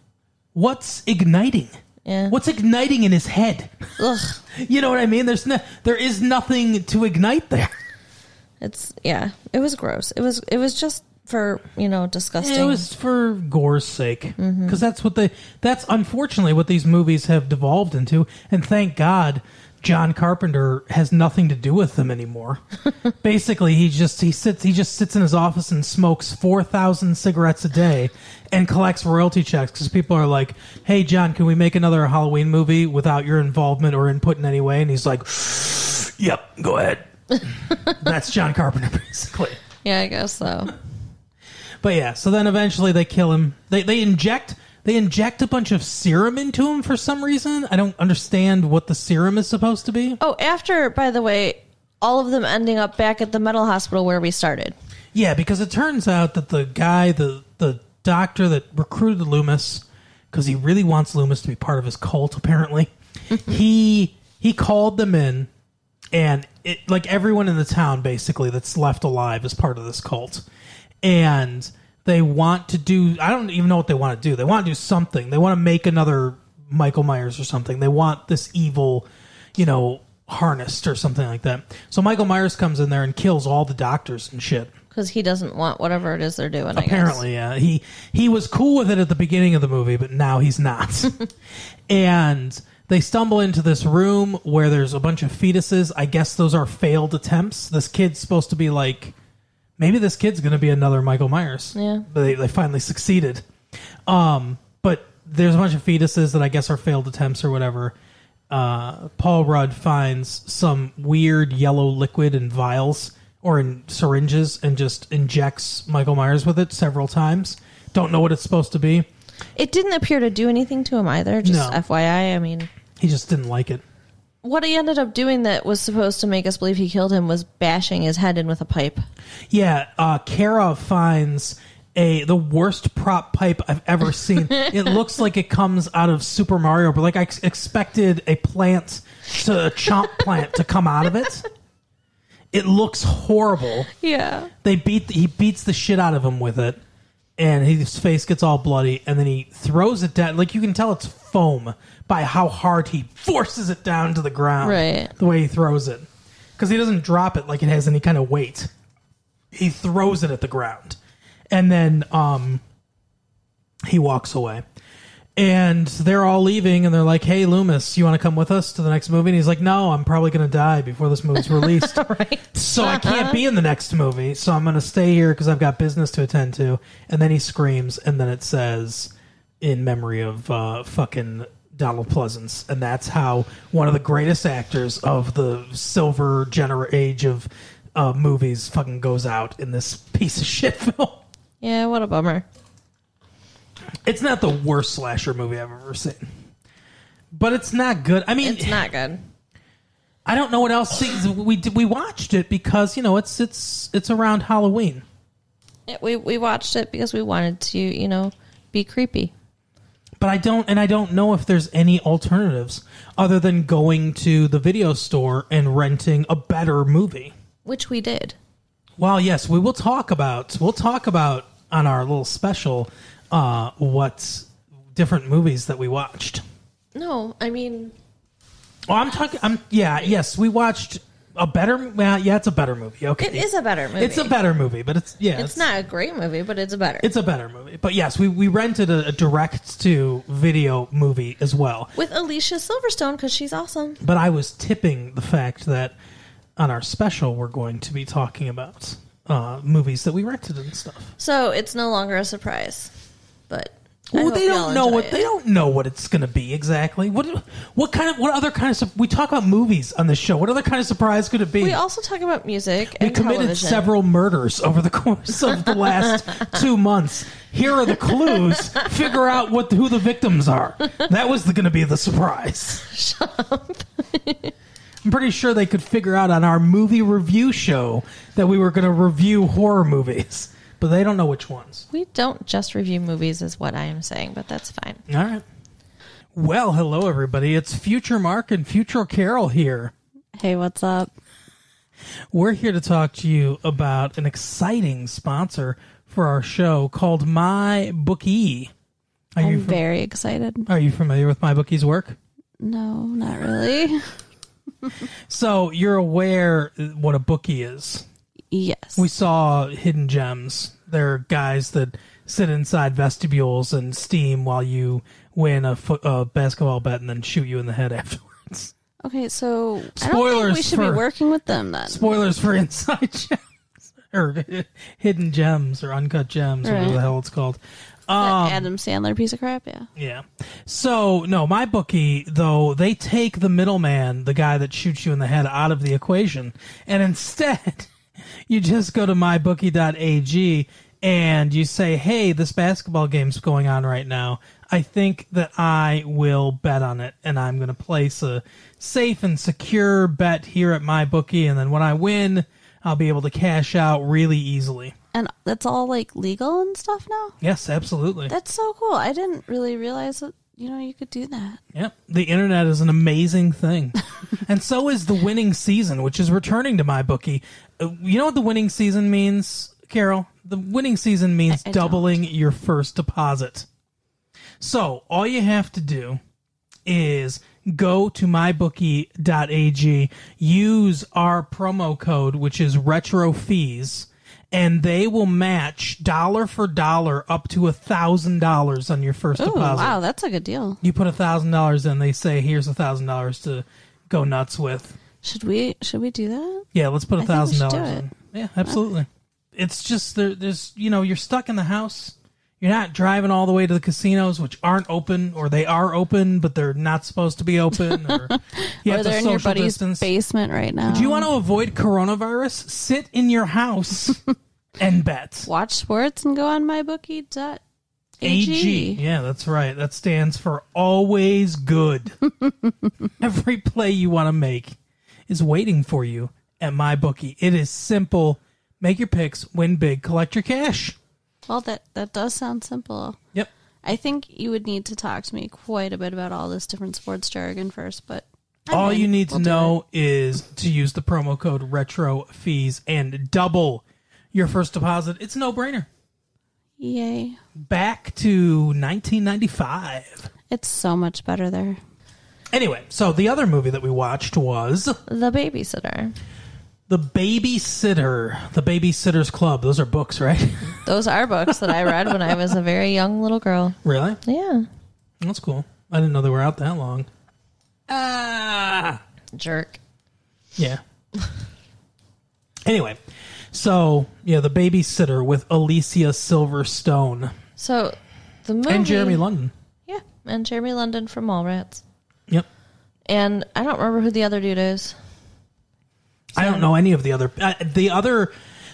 What's igniting? Yeah. What's igniting in his head? Ugh, You know what I mean? There's no, there is nothing to ignite there. it's yeah. It was gross. It was it was just for you know disgusting. It was for gore's sake, because that's what they. That's unfortunately what these movies have devolved into, and thank God John Carpenter has nothing to do with them anymore. Basically, he just he sits he just sits in his office and smokes four thousand cigarettes a day and collects royalty checks because people are like, "Hey, John, can we make another Halloween movie without your involvement or input in any way?" And he's like, "Yep, go ahead." that's John Carpenter, basically. yeah, I guess so. But yeah, so then eventually they kill him. They they inject they inject a bunch of serum into him for some reason. I don't understand what the serum is supposed to be. Oh, after by the way, all of them ending up back at the mental hospital where we started. Yeah, because it turns out that the guy, the the doctor that recruited Loomis, because he really wants Loomis to be part of his cult, apparently. he he called them in, and it like everyone in the town basically that's left alive is part of this cult, and they want to do. I don't even know what they want to do. They want to do something. They want to make another Michael Myers or something. They want this evil, you know. Harnessed or something like that. So Michael Myers comes in there and kills all the doctors and shit because he doesn't want whatever it is they're doing. I guess. apparently yeah he he was cool with it at the beginning of the movie but now he's not and they stumble into this room where there's a bunch of fetuses i guess those are failed attempts this kid's supposed to be like maybe this kid's going to be another michael myers Yeah. but they, they finally succeeded um but there's a bunch of fetuses that i guess are failed attempts or whatever uh, Paul Rudd finds some weird yellow liquid in vials or in syringes and just injects Michael Myers with it several times. Don't know what it's supposed to be. It didn't appear to do anything to him either. Just No. FYI, I mean, He just didn't like it. what he ended up doing that was supposed to make us believe he killed him was bashing his head in with a pipe. Yeah, uh, Kara finds a the worst prop pipe I've ever seen. it looks like it comes out of Super Mario, but like I ex- expected a plant to a chomp plant to come out of it. It looks horrible. Yeah, they beat he beats the shit out of him with it and his face gets all bloody and then he throws it down like you can tell it's foam by how hard he forces it down to the ground Right. the way he throws it because he doesn't drop it like it has any kind of weight he throws it at the ground and then um he walks away and they're all leaving and they're like hey loomis you want to come with us to the next movie and he's like no i'm probably going to die before this movie's released so I can't be in the next movie. So I'm going to stay here because I've got business to attend to. And then he screams, and then it says, "In memory of uh, fucking Donald Pleasance." And that's how one of the greatest actors of the silver gener- age of uh, movies fucking goes out in this piece of shit film. yeah. What a bummer. It's not the worst slasher movie I've ever seen, but it's not good. I mean, It's not good. I don't know what else. See, we did- we watched it because you know it's it's it's around Halloween. Yeah, we we watched it because we wanted to, you know, be creepy. but I don't, and I don't know if there's any alternatives other than going to the video store and renting a better movie. Which we did. Well, yes, we will talk about we'll talk about on our little special uh, what different movies that we watched. No, I mean, Oh, I'm talking. I'm yeah. Yes, we watched a better. Well, yeah, it's a better movie. Okay, It is a better movie. It's a better movie, but it's yeah. It's not a great movie, but it's a better. It's a better movie, but yes, we we rented a, a direct to video movie as well. With Alicia Silverstone because she's awesome. But I was tipping the fact that on our special we're going to be talking about uh, movies that we rented and stuff. So it's no longer a surprise. But I Well, hope they y'all don't know enjoy what it. they don't know what it's going to be exactly. What what kind of what other kind of sup- we talk about movies on the show? What other kind of surprise could it be? We also talk about music We and committed television. several murders over the course of the last two months. Here are the clues. Figure out what who the victims are. That was going to be the surprise. I'm pretty sure they could figure out on our movie review show that we were going to review horror movies, but they don't know which ones. We don't just review movies, is what I am saying, but that's fine. All right. Well, hello everybody. It's Future Mark and Future Carol here. Hey, what's up? We're here to talk to you about an exciting sponsor for our show called My Bookie. Are you Um, I'm fam- very excited. are you familiar with My Bookie's work? No, not really. So you're aware what a bookie is. Yes. We saw Hidden Gems. They're guys that sit inside vestibules and steam while you win a, fo- a basketball bet and then shoot you in the head afterwards. okay, so I don't Spoilers think we should for- be working with them then. Spoilers for Inside Gems or Hidden Gems or Uncut Gems, or whatever Right. the hell it's called. Um, That Adam Sandler piece of crap, yeah. Yeah. So no, my bookie though they take the middleman, the guy that shoots you in the head, out of the equation, and instead you just go to mybookie.ag and you say, "Hey, this basketball game's going on right now. I think that I will bet on it, and I'm going to place a safe and secure bet here at my bookie, and then when I win, I'll be able to cash out really easily." And that's all like legal and stuff now? Yes, absolutely. That's so cool. I didn't really realize that you know you could do that. Yep. The internet is an amazing thing. and so is the winning season, which is returning to my bookie. Uh, You know what the winning season means, Carol? The winning season means I- I doubling your first deposit. So all you have to do is go to mybookie.ag, use our promo code, which is retro fees, and they will match dollar for dollar up to a thousand dollars on your first Oh deposit wow, that's a good deal. you put a thousand dollars in, they say here's a thousand dollars to go nuts with. Should we should we do that? Yeah, let's put a I think we thousand should dollars do it. in. Yeah, absolutely. It's just there, there's you know you're stuck in the house. You're not driving all the way to the casinos, which aren't open, or they are open but they're not supposed to be open. Or you or have they're to in your social buddy's distance. basement right now. Do you want to avoid coronavirus? Sit in your house and bet. watch sports and go on mybookie.ag? AG. Yeah, that's right. That stands for always good. Every play you want to make is waiting for you at my bookie. It is simple. Make your picks, win big, collect your cash. Well that that does sound simple. Yep. I think you would need to talk to me quite a bit about all this different sports jargon first, but I'm All in. you need to We'll do know is to use the promo code retro fees and double your first deposit. It's a no-brainer. it. Yay. Back to 1995. It's so much better there. Anyway, so the other movie that we watched was The Babysitter. The Babysitter, The Babysitter's Club. Those are books, right? Those are books that I read when I was a very young little girl. really? Yeah. That's cool. I didn't know they were out that long. Ah! Jerk. Yeah. anyway, so, yeah, The Babysitter with Alicia Silverstone So the movie and Jeremy London. Yeah. And Jeremy London from Mallrats. Yep. And I don't remember who the other dude is. I don't know any of the other. Uh, the other.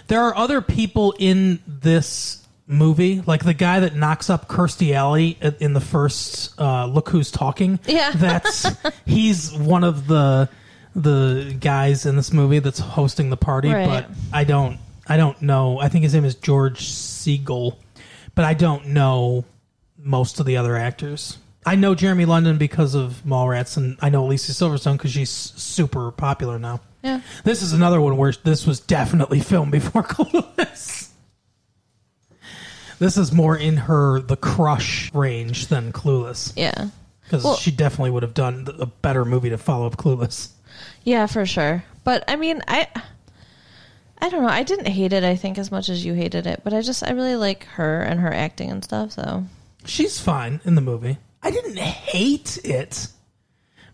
There are other people in this movie, like the guy that knocks up Kirstie Alley at- in the first uh, "Look Who's Talking." Yeah. that's he's one of the the guys in this movie that's hosting the party. Right. But I don't. I don't know. I think his name is George Siegel, but I don't know most of the other actors. I know Jeremy London because of Mallrats, and I know Alicia Silverstone because she's super popular now. Yeah. This is another one where this was definitely filmed before Clueless. This is more in her the crush range than Clueless. Yeah. because Well- she definitely would have done th- a better movie to follow up Clueless. Yeah, for sure. But I mean, I I don't know. I didn't hate it. I think as much as you hated it, but I just I really like her and her acting and stuff. So She's fine in the movie. I didn't hate it,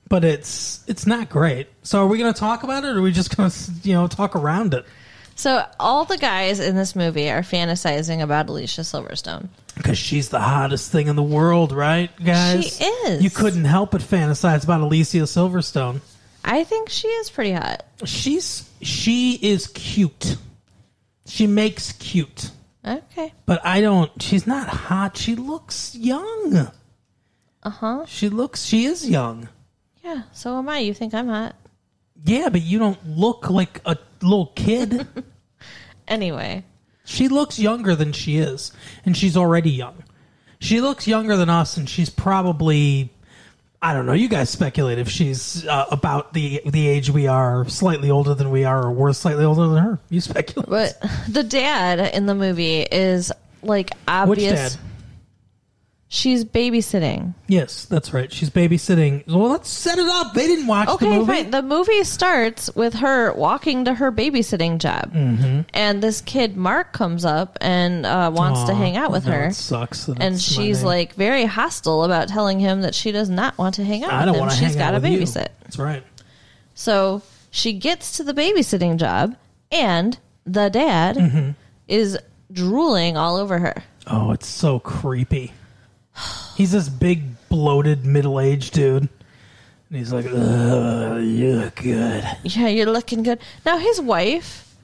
but it's it's not great. So are we going to talk about it, or are we just going to you know talk around it? so all the guys in this movie are fantasizing about Alicia Silverstone. Because she's the hottest thing in the world, right, guys? She is. You couldn't help but fantasize about Alicia Silverstone. I think she is pretty hot. She's she is cute. She makes cute, Okay. but I don't. She's not hot. She looks young. Uh huh. She looks. She is young. Yeah. So am I. You think I'm hot? Yeah, but you don't look like a little kid. Anyway. she looks younger than she is, and she's already young. She looks younger than us, and she's probably. I don't know. You guys speculate if she's uh, about the the age we are, slightly older than we are, or we're slightly older than her. You speculate. But the dad in the movie is like Which obvious. dad? She's babysitting. Yes, that's right. She's babysitting. Well, let's set it up. They didn't watch the Okay, movie. fine. The movie starts with her walking to her babysitting job, Mm-hmm. and this kid Mark comes up and uh, wants to Aw, hang out with no, her, It sucks. that and it's my she's name. like very hostile about telling him that she does not want to hang out. I don't with him. want to She's hang got out to with you. babysit. That's right. So she gets to the babysitting job, and the dad Mm-hmm. is drooling all over her. Oh, it's so creepy. He's this big, bloated, middle aged dude. And he's like, Ugh, you look good. Yeah, you're looking good. Now his wife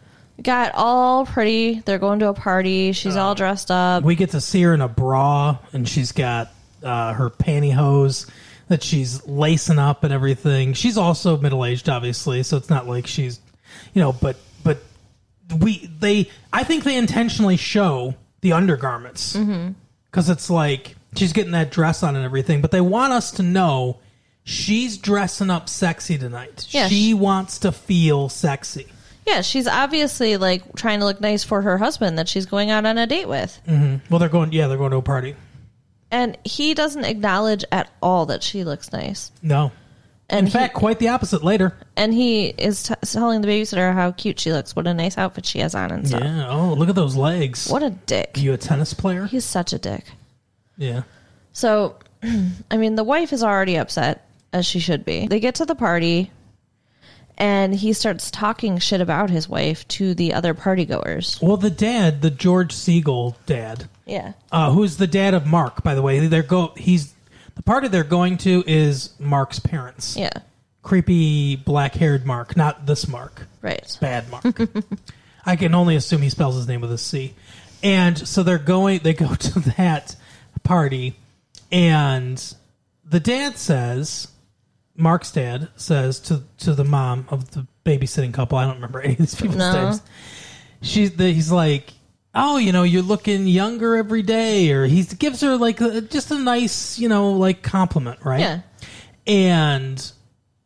got all pretty. They're going to a party. She's all dressed up. We get to see her in a bra, and she's got uh, her pantyhose that she's lacing up and everything. She's also middle aged, obviously, so it's not like she's, you know, but, but we, they, I think they intentionally show the undergarments. Mm-hmm. because it's like she's getting that dress on and everything, but they want us to know she's dressing up sexy tonight. Yeah, she she- wants to feel sexy. Yeah, she's obviously like trying to look nice for her husband that she's going out on a date with. Well, they're going. Yeah, they're going to a party. And he doesn't acknowledge at all that she looks nice. No, And in fact, he, quite the opposite. Later. and he is t- telling the babysitter how cute she looks, what a nice outfit she has on and stuff. Yeah. Oh, look at those legs. What a dick. Are you a tennis player? He's such a dick. Yeah. So, I mean, the wife is already upset, as she should be. They get to the party, and he starts talking shit about his wife to the other partygoers. Well, the dad, the George Siegel dad, Yeah. uh, who's the dad of Mark, by the way. They're go. He's the party they're going to is Mark's parents. Yeah. Creepy black-haired Mark, not this Mark. Right. bad mark. I can only assume he spells his name with a C. And so they're going, they go to that party, and the dad says, Mark's dad says to to the mom of the babysitting couple, I don't remember any of these people's No. names. She's the, he's like, oh, you know, you're looking younger every day, or he gives her like a, just a nice, you know, like compliment, right? Yeah. and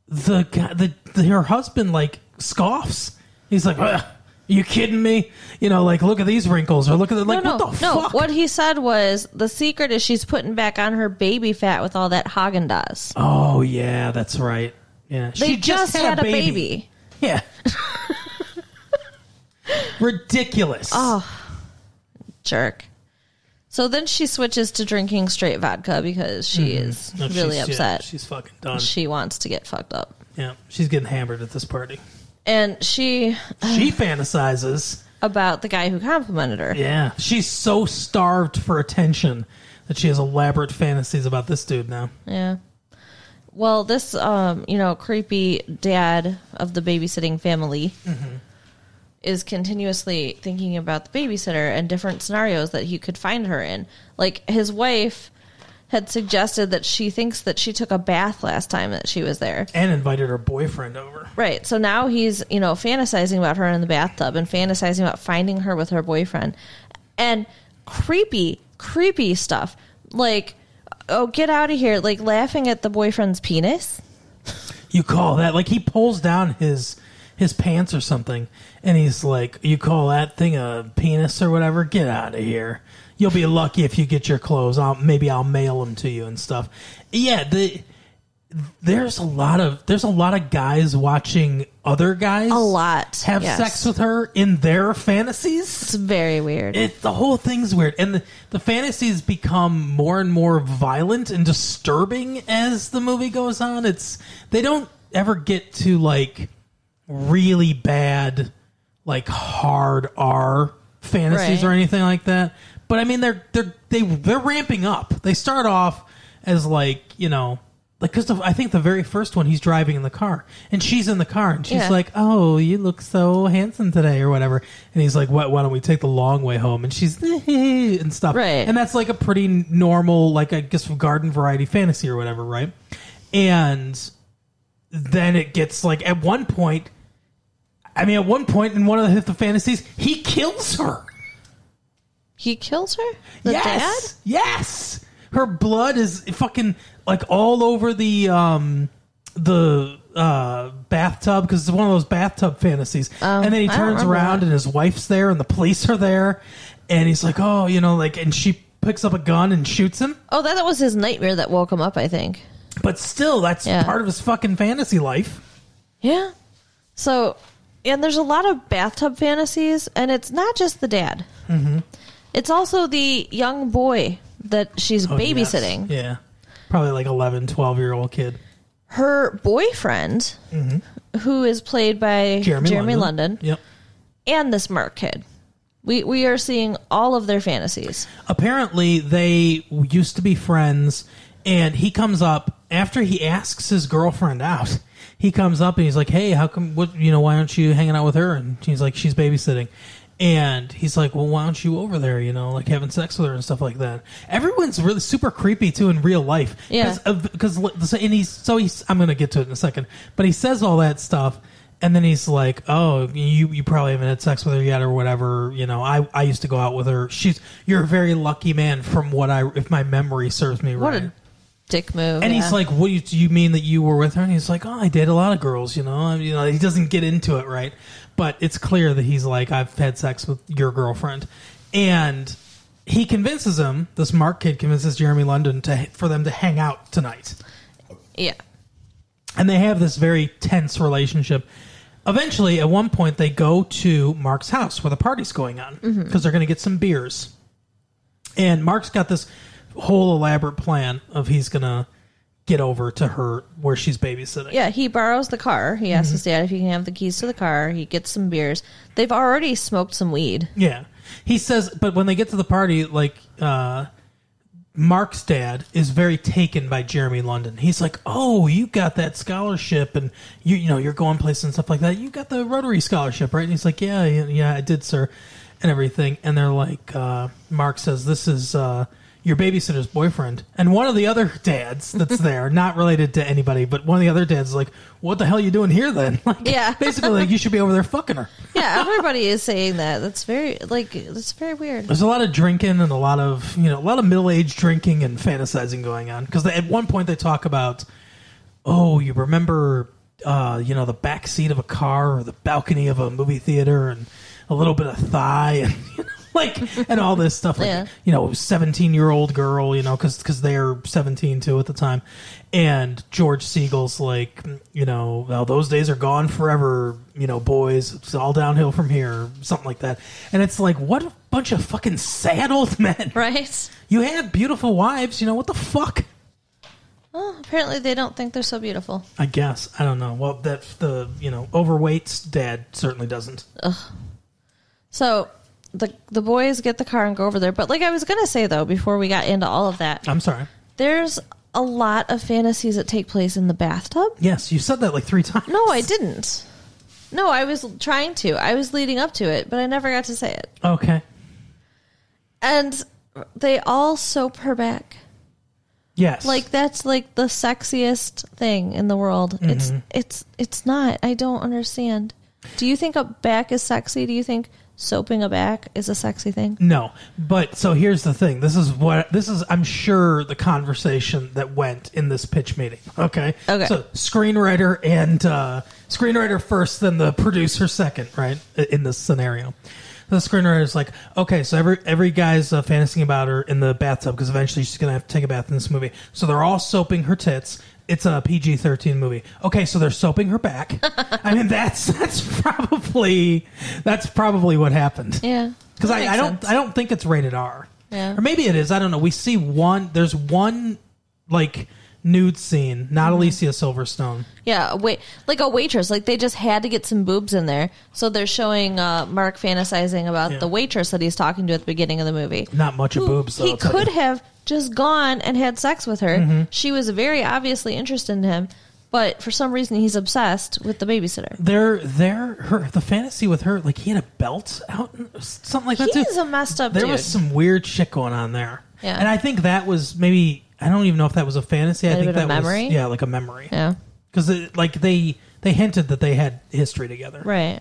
the guy, the, the her husband like scoffs. He's like, "Ugh, "You kidding me? You know, like look at these wrinkles, or look at the like no, no, what the no. fuck? What he said was the secret is she's putting back on her baby fat with all that Haagen Dazs. Oh yeah, that's right. Yeah, They just, had, a baby. Yeah, ridiculous. Oh, Jerk. So then she switches to drinking straight vodka because she is Mm-hmm. No, she's- really yeah, upset. she's fucking done. she wants to get fucked up, yeah, she's getting hammered at this party. and she She fantasizes. about the guy who complimented her. Yeah, she's so starved for attention that she has elaborate fantasies about this dude now. Yeah. Well, this um, you know, creepy dad of the babysitting family is continuously thinking about the babysitter and different scenarios that he could find her in. Like his wife had suggested that she thinks that she took a bath last time that she was there. and invited her boyfriend over. Right. So now he's, you know, fantasizing about her in the bathtub and fantasizing about finding her with her boyfriend. And creepy, creepy stuff. Like, oh, get out of here. Like laughing at the boyfriend's penis. You call that like he pulls down his his pants or something, and he's like, "You call that thing a penis or whatever? Get out of here! You'll be lucky if you get your clothes. I'll, maybe I'll mail them to you and stuff." Yeah, the there's a lot of there's a lot of guys watching other guys A lot, have yes. sex with her in their fantasies It's very weird. it the whole thing's weird and the, the fantasies become more and more violent and disturbing as the movie goes on it's they don't ever get to like really bad like hard r fantasies Right. or anything like that but i mean they're they're they, they're ramping up they start off as like you know like because i think the very first one he's driving in the car and she's in the car and she's Yeah. like oh you look so handsome today or whatever and he's like "Why- why don't we take the long way home and she's and stuff Right. and that's like a pretty normal like i guess garden variety fantasy or whatever right and then it gets like at one point i mean at one point in one of the, the fantasies he kills her he kills her. The yes yes her blood is fucking like all over the um the uh bathtub because it's one of those bathtub fantasies and then he Oh, I don't turns remember around that. and his wife's there and the police are there and he's like oh you know like and she picks up a gun and shoots him dad. Oh, that, that was his nightmare that woke him up. I think. but still that's Yeah. part of his fucking fantasy life Yeah. So, and there's a lot of bathtub fantasies, and it's not just the dad. Mm-hmm. It's also the young boy that she's Oh, yes. babysitting. Yeah. Probably like 11, 12 year old kid. Her boyfriend, who is played by Mm-hmm. Jeremy, Jeremy, London, Yep. and this Merc kid. We, we are seeing all of their fantasies. Apparently, they used to be friends, and he comes up after he asks his girlfriend out. He comes up and he's like, "Hey, how come? What you know? Why aren't you hanging out with her?" And she's like, "She's babysitting." And he's like, "Well, why aren't you over there? You know, like having sex with her and stuff like that." Everyone's really super creepy too in real life. Yeah. because and he's so he's. I'm gonna get to it in a second, but he says all that stuff. And then he's like, "Oh, you you probably haven't had sex with her yet, or whatever. You know, I, I used to go out with her. She's you're a very lucky man, from what I if my memory serves me What right." a dick move. and yeah. he's like, "What do you, do you mean that you were with her?" And he's like, "Oh, I date a lot of girls. You know, I mean, you know." He doesn't get into it, right? But it's clear that he's like, "I've had sex with your girlfriend," and he convinces him. This Mark kid convinces Jeremy London to for them to hang out tonight yeah. and they have this very tense relationship. Eventually, at one point, they go to Mark's house where the party's going on because they're going to get some beers. And Mark's got this whole elaborate plan of he's going to get over to her where she's babysitting. Yeah, he borrows the car. He asks Mm-hmm. his dad if he can have the keys to the car. He gets some beers. They've already smoked some weed. Yeah. He says, but when they get to the party, like, uh, Mark's dad is very taken by Jeremy London. He's like, "Oh, you got that scholarship, and you you know you're going places and stuff like that. You got the Rotary scholarship, right?" And he's like, "Yeah, yeah, yeah I did, sir," and everything. And they're like, uh, "Mark says this is uh, your babysitter's boyfriend," and one of the other dads that's there, not related to anybody, but one of the other dads is like, "What the hell you doing here then?" Like, Yeah. basically, like you should be over there fucking her. Yeah, everybody is saying that. That's very like that's very weird. There's a lot of drinking and a lot of you know a lot of middle aged drinking and fantasizing going on because at one point they talk about oh you remember uh, you know the back seat of a car or the balcony of a movie theater and a little bit of thigh and you know, like and all this stuff like Yeah. you know 17 year old girl you know because they're 17 too at the time and george siegel's like you know well, those days are gone forever you know boys it's all downhill from here something like that and it's like what a bunch of fucking sad old men Right? you had beautiful wives you know what the fuck Well, apparently they don't think they're so beautiful. I guess I don't know. Well, that the you know overweight dad certainly doesn't. So the the boys get the car and go over there. But like I was gonna say though, before we got into all of that, I'm sorry. there's a lot of fantasies that take place in the bathtub. Yes, you said that like three times. No, I didn't. No, I was trying to. I was leading up to it, but I never got to say it. Okay. And they all soap her back. Yes. Like that's like the sexiest thing in the world. Mm-hmm. It's it's it's not. I don't understand. Do you think a back is sexy? Do you think soaping a back is a sexy thing? No, but so here's the thing. This is what this is. I'm sure the conversation that went in this pitch meeting. Okay. Okay. So screenwriter and uh, screenwriter first, then the producer second, right? i- In this scenario, the screenwriter is like, okay, so every every guy's uh, fantasizing about her in the bathtub because eventually she's gonna have to take a bath in this movie. So they're all soaping her tits. It's a PG thirteen movie. Okay, so they're soaping her back. I mean, that's that's probably that's probably what happened. Yeah. Because That I, makes I don't sense. I don't think it's rated R. Yeah. Or maybe it is. I don't know. We see one. There's one like nude scene. Not Mm-hmm. Alicia Silverstone. Yeah, wait, like a waitress. Like they just had to get some boobs in there, so they're showing uh, Mark fantasizing about Yeah. the waitress that he's talking to at the beginning of the movie. Not much of Who- boobs. Though, He I'll tell Mm-hmm. could you. have just gone and had sex with her. She was very obviously interested in him, but for some reason he's obsessed with the babysitter. There, there. Her the fantasy with her. Like he had a belt out, and something like that. He too. is a messed up There dude. was some weird shit going on there. Yeah. And I think that was maybe. I don't even know if that was a fantasy. I Might have think been that a memory? was yeah, like a memory. yeah, Because like they they hinted that they had history together. right.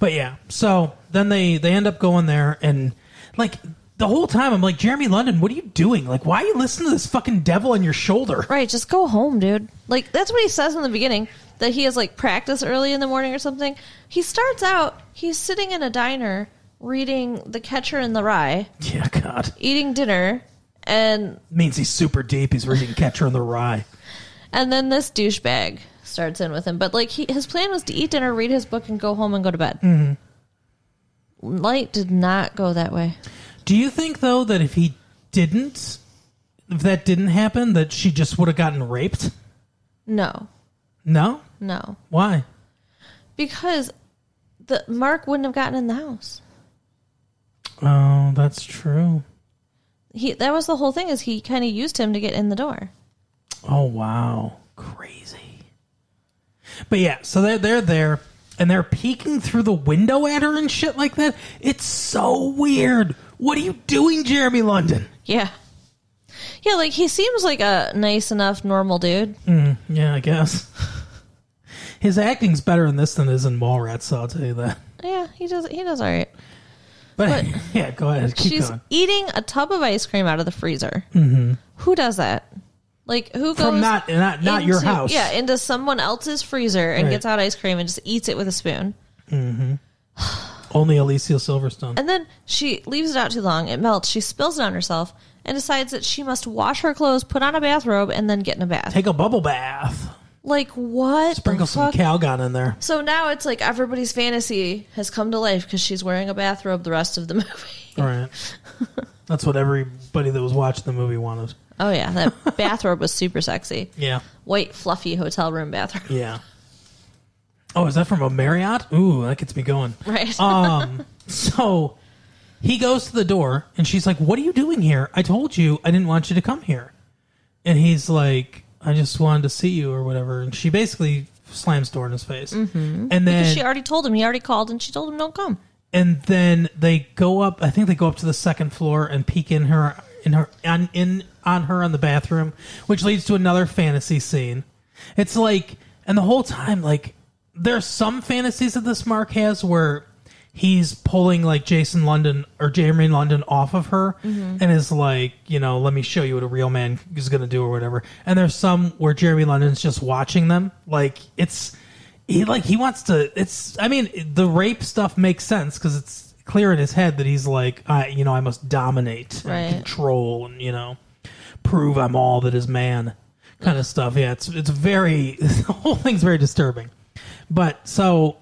But yeah, so then they they end up going there, and like the whole time I'm like, Jeremy London, what are you doing? Like, why are you listening to this fucking devil on your shoulder? Right, just go home, dude. Like that's what he says in the beginning that he has like practice early in the morning or something. He starts out he's sitting in a diner reading The Catcher in the Rye, Yeah, God, eating dinner, and means he's super deep. He's reading Catcher in the Rye. and then this douchebag starts in with him. But like he, his plan was to eat dinner, read his book, and go home and go to bed. Light did not go that way. Do you think though that if he didn't, if that didn't happen, that she just would have gotten raped? No, No, no, why? because the Mark wouldn't have gotten in the house. Oh, that's true. He that was the whole thing is he kind of used him to get in the door. Oh wow, crazy. But yeah, so they're they're there and they're peeking through the window at her and shit like that. It's so weird. What are you doing, Jeremy London? Yeah. Yeah, like he seems like a nice enough normal dude. Yeah, I guess. His acting's better in this than it is in Mallrats, I'll tell you that. Yeah, he does he does all right. But, yeah, go ahead, keep She's going. eating a tub of ice cream out of the freezer. Mm-hmm. Who does that? Like who goes From not not not your into- house. Yeah, into someone else's freezer and Right. gets out ice cream and just eats it with a spoon. Only Alicia Silverstone. And then she leaves it out too long, it melts, she spills it on herself, and decides that she must wash her clothes, put on a bathrobe, and then get in a bath. Take a bubble bath. like what? the Sprinkle some fuck? Calgon in there. So now it's like everybody's fantasy has come to life because she's wearing a bathrobe the rest of the movie. Right. That's what everybody that was watching the movie wanted. Oh yeah, that bathrobe was super sexy. Yeah. White fluffy hotel room bathrobe, Yeah. Oh, is that from a Marriott? Ooh, that gets me going. right? So he goes to the door and she's like, What are you doing here? I told you I didn't want you to come here. And he's like, I just wanted to see you or whatever. And she basically slams door in his face. Mm-hmm. And then she already told him. He already called, and she told him don't come. and then they go up i think they go up to the second floor and peek in her in her on in on her on the bathroom which leads to another fantasy scene it's like and the whole time like there's some fantasies that this mark has where he's pulling like jason london or jeremy london off of her and is like you know let me show you what a real man is going to do or whatever and there's some where jeremy london's just watching them like it's he like he wants to it's i mean the rape stuff makes sense because it's clear in his head that he's like i you know i must dominate and Right. control and you know prove i'm all that is man kind of stuff yeah it's it's very the whole thing's very disturbing but so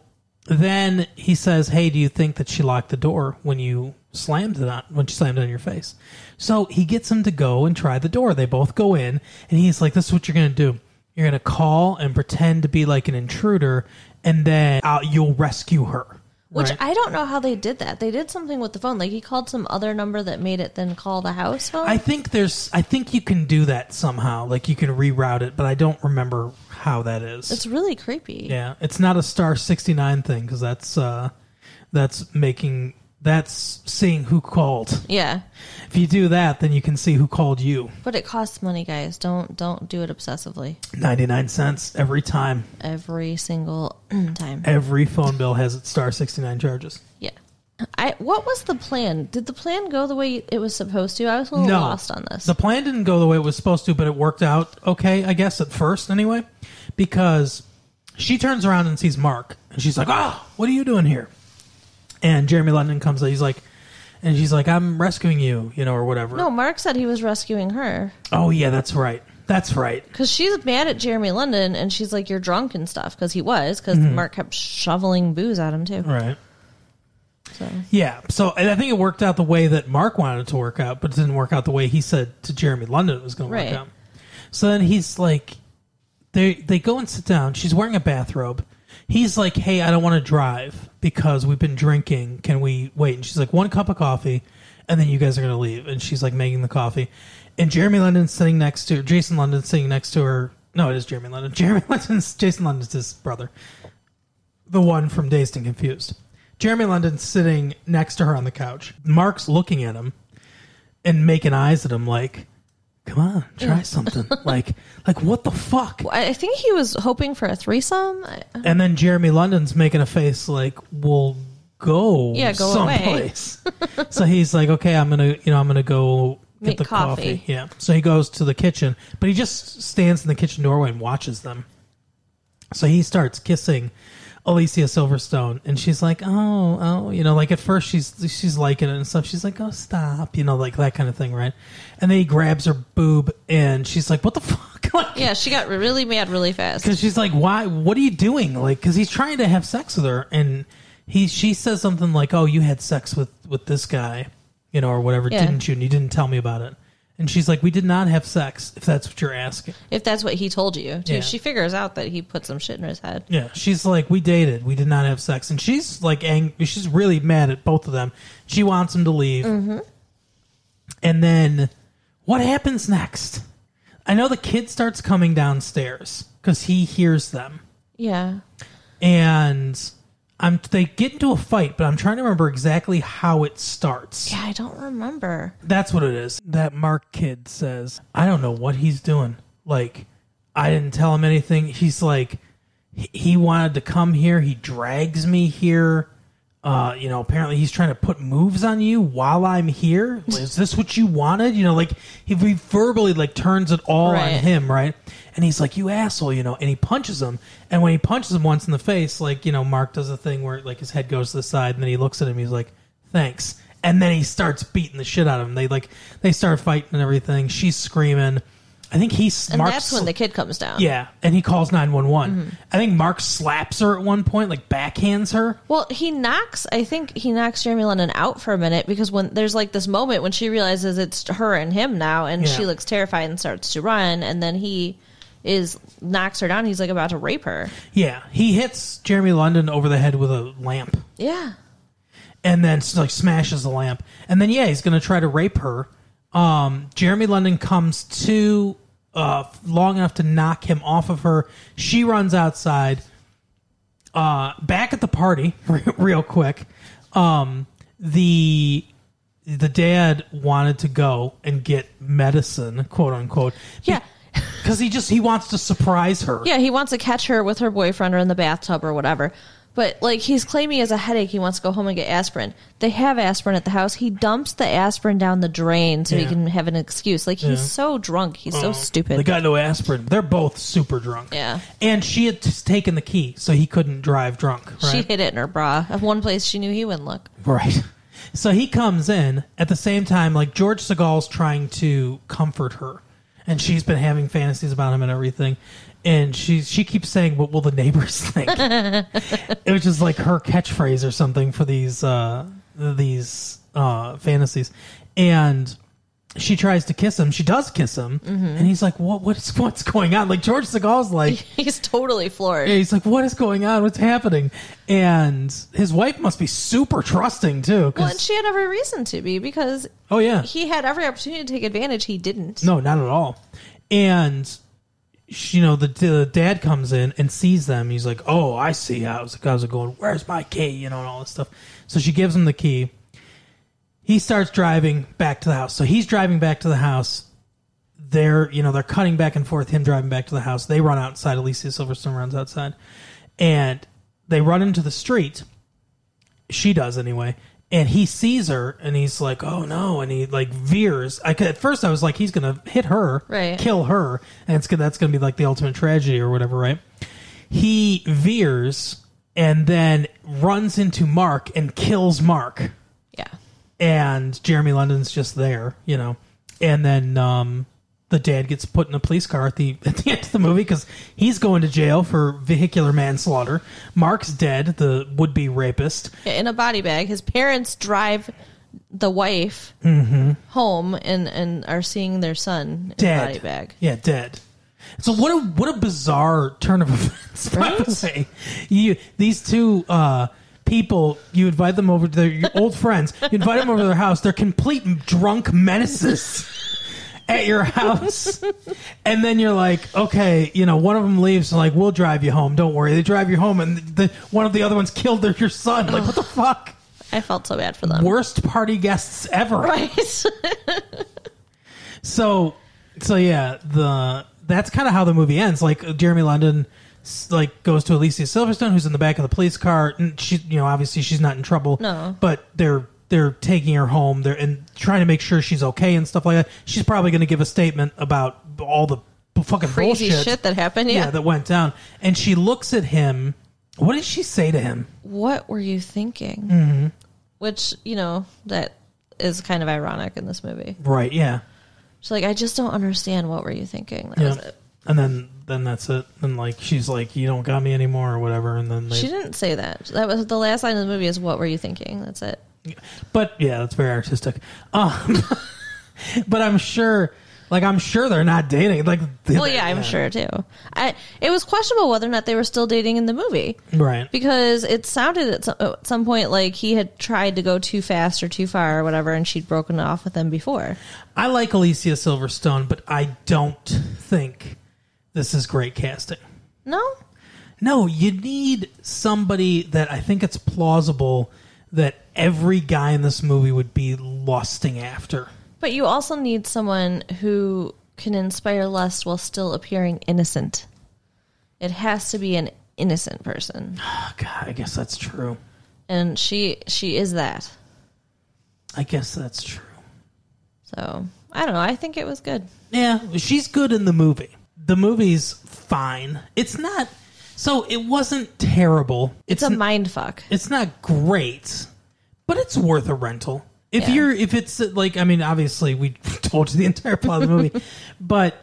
then he says hey do you think that she locked the door when you slammed it on when she slammed it on your face so he gets him to go and try the door they both go in and he's like this is what you're gonna do you're gonna call and pretend to be like an intruder, and then uh, you'll rescue her. Which right? I don't know how they did that. They did something with the phone. Like he called some other number that made it then call the house phone. I think there's. I think you can do that somehow. Like you can reroute it, but I don't remember how that is. it's really creepy. yeah, it's not a star sixty nine thing because that's uh, that's making that's seeing who called. Yeah. If you do that, then you can see who called you. But it costs money, guys. Don't don't do it obsessively Ninety nine cents every time. every single time. Every phone bill has its star sixty nine charges. Yeah. I what was the plan? Did the plan go the way it was supposed to? I was a little lost on this. The plan didn't go the way it was supposed to, but it worked out okay, I guess, at first anyway, because she turns around and sees Mark, and she's like, "Ah, what are you doing here?" And Jeremy London comes, he's like, and she's like, "I'm rescuing you," you know, or whatever. no, Mark said he was rescuing her Oh yeah, that's right. That's right. because she's mad at Jeremy London and she's like, "You're drunk and stuff," because he was because Mark kept shoveling booze at him too. Mm-hmm. Right. So Yeah. So and I think it worked out the way that Mark wanted it to work out, but it didn't work out the way he said to Jeremy London it was going to Right. work out. So then he's like, they they go and sit down. She's wearing a bathrobe. He's like, hey, I don't want to drive because we've been drinking. Can we wait? And she's like, one cup of coffee, and then you guys are going to leave. And she's like making the coffee, and Jeremy London's sitting next to Jason London sitting next to her. No, it is Jeremy London. Jeremy London's Jason London's his brother the one from Dazed and Confused. Jeremy London's sitting next to her on the couch. Mark's looking at him and making eyes at him like, "Come on, try something." like, like what the fuck? I I think he was hoping for a threesome. I- And then Jeremy London's making a face like, "We'll go, Yeah, go away." someplace." so he's like, "Okay, I'm gonna, you know, I'm gonna go get Make the coffee. coffee. Yeah. So he goes to the kitchen, but he just stands in the kitchen doorway and watches them. So he starts kissing Alicia Silverstone, and she's like, "Oh, oh," you know, like at first she's she's liking it and stuff. She's like, "Oh, stop," you know, like that kind of thing, right? And then he grabs her boob, and she's like, "What the fuck?" Like, Yeah, she got really mad really fast. because she's like, "Why? What are you doing?" Like, because he's trying to have sex with her, and he she says something like, "Oh, you had sex with with this guy, you know, or whatever, Yeah. didn't you? And you didn't tell me about it." And she's like, "We did not have sex, if that's what you're asking." If that's what he told you, too. Yeah. She figures out that he put some shit in his head. Yeah, she's like, "We dated, we did not have sex," and she's like, angry. She's really mad at both of them. She wants him to leave, and then what happens next? I know the kid starts coming downstairs because he hears them. Yeah. and I'm they get into a fight, but I'm trying to remember exactly how it starts. Yeah, I don't remember. That's what it is. That Mark kid says, "I don't know what he's doing. Like, I didn't tell him anything. He's like, he- he wanted to come here. He drags me here. Uh, you know, apparently he's trying to put moves on you while I'm here. Is this what you wanted? You know, like he he verbally like turns it all on Right. him, right? And he's like, "You asshole," you know, and he punches him. And when he punches him once in the face, like you know, Mark does a thing where like his head goes to the side, and then he looks at him. He's like, "Thanks," and then he starts beating the shit out of him. They like they start fighting and everything. She's screaming. I think he's And that's when Mm-hmm. the kid comes down. yeah, and he calls 911. I think Mark slaps her at one point, like backhands her. Well, he knocks, I think he knocks Jeremy Lennon out for a minute because when there's like this moment when she realizes it's her and him now and she Yeah. looks terrified and starts to run and then he is knocks her down. He's like about to rape her. Yeah, he hits Jeremy London over the head with a lamp Yeah. and then s- like smashes the lamp. And then yeah, he's going to try to rape her. Um, Jeremy London comes to uh, f- long enough to knock him off of her. She runs outside. Uh, back at the party, real quick. Um, the the dad wanted to go and get medicine, quote unquote. Yeah. because he just he wants to surprise her. Yeah, he wants to catch her with her boyfriend or in the bathtub or whatever. But like he's claiming he has a headache, he wants to go home and get aspirin. They have aspirin at the house. He dumps the aspirin down the drain so he Yeah. can have an excuse. Like he's Yeah. Oh. so drunk, he's so stupid. They got no aspirin. They're both super drunk. Yeah. and she had just taken the key, so he couldn't drive drunk. Right. She hid it in her bra. At one place, she knew he wouldn't look. Right. So he comes in at the same time, like George Segal's trying to comfort her, and she's been having fantasies about him and everything, and she she keeps saying, "What will the neighbors think?" which is like her catchphrase or something for these uh, these uh, fantasies, and she tries to kiss him. She does kiss him, and he's like, "What? What's what's going on?" Like George Segal's like, He's totally floored. yeah, he's like, "What is going on? What's happening?" And his wife must be super trusting too. 'cause- Well, and she had every reason to be because oh yeah, he had every opportunity to take advantage. He didn't. no, not at all. And sh- you know, the, the dad comes in and sees them. He's like, "Oh, I see." How's the guys are going? Where's my key? You know, and all this stuff. So she gives him the key. He starts driving back to the house. So he's driving back to the house. They're you know they're cutting back and forth. Him driving back to the house. They run outside. Alicia Silverstone runs outside, and they run into the street. she does anyway. and he sees her and he's like, "Oh no!" and he like veers. I could, at first I was like, "He's gonna hit her, Right. Kill her," and it's gonna, that's gonna be like the ultimate tragedy or whatever, right? He veers and then runs into Mark and kills Mark, Yeah. and Jeremy London's just there, you know, and then um, the dad gets put in a police car at the at the end of the movie because he's going to jail for vehicular manslaughter. Mark's dead, the would be rapist. Yeah, In a body bag. His parents drive the wife home and, and are seeing their son in Mm-hmm. dead. a body bag. Yeah, dead. So what a what a bizarre turn of events. by the way. you these two uh, people, you invite them over to their your old friends. You invite them over to their house. They're complete drunk menaces at your house, and then you're like, okay, you know, one of them leaves, and like, we'll drive you home. Don't worry. They drive you home, and the, one of the other ones killed their, your son. Like, what the fuck? I felt so bad for them. Worst party guests ever. Right. So, so yeah, the that's kind of how the movie ends. Like Jeremy London, s- like goes to Alicia Silverstone, who's in the back of the police car, and she, you know, obviously she's not in trouble. No. but they're they're taking her home. They're and trying to make sure she's okay and stuff like that. She's probably going to give a statement about all the b- fucking Crazy bullshit, shit that happened. yeah. Yeah. that went down. And she looks at him. What did she say to him? what were you thinking? Mm-hmm. Which, you know, that is kind of ironic in this movie. Right, yeah, She's like, I just don't understand. What were you thinking? That was yeah. it. And then then that's it. And like she's like, you don't got me anymore or whatever. And then they She didn't say that. That was the last line of the movie is what were you thinking? That's it. But yeah, that's very artistic. Um, but I'm sure, like I'm sure they're not dating. Like, Well, yeah, I'm sure too. I it was questionable whether or not they were still dating in the movie Right. because it sounded at some, at some point like he had tried to go too fast or too far or whatever, and she'd broken off with him before. I like Alicia Silverstone, but I don't think this is great casting. No, No, you need somebody that I think it's plausible that every guy in this movie would be lusting after. but you also need someone who can inspire lust while still appearing innocent. It has to be an innocent person, Oh, God, I guess that's true. and she she is that. I guess that's true. So I don't know. I think it was good. Yeah, she's good in the movie. The movie's fine. It's not so it wasn't terrible. It's It's, a n- mind fuck. it's not great, but it's worth a rental. If Yeah. you're if it's uh, like I mean obviously we told you the entire plot of the movie, but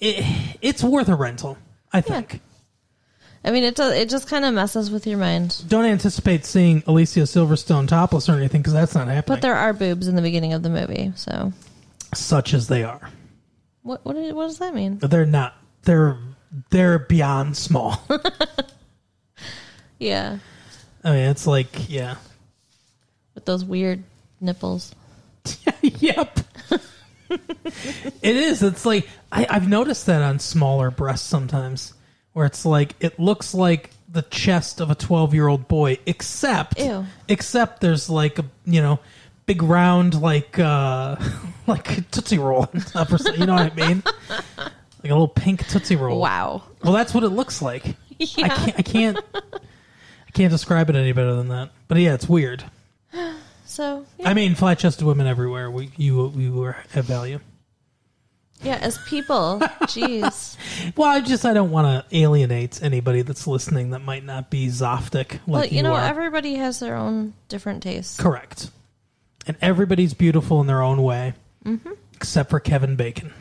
it, it's worth a rental, I think. I mean, it does, it just kind of messes with your mind. Don't anticipate seeing Alicia Silverstone topless or anything cuz that's not happening. But there are boobs in the beginning of the movie, so such as they are. what what, did, what does that mean? They're not they're they're beyond small. Yeah, I mean, it's like yeah. with those weird nipples. yep. it is. It's like I, I've noticed that on smaller breasts sometimes, where it's like it looks like the chest of a twelve-year-old boy, except Ew. except there's like a you know big round like uh like a tootsie roll on top or something. You know what I mean? Like a little pink tootsie roll. Wow. Well, that's what it looks like. I Yeah. can't. I can't. I can't describe it any better than that. But yeah, it's weird. So yeah, I mean, flat-chested women everywhere. We you we were have value. yeah as people, jeez. Well, I just I don't want to alienate anybody that's listening that might not be zoptic like well, you, you know, are. everybody has their own different tastes. Correct. And everybody's beautiful in their own way, Mm-hmm. except for Kevin Bacon.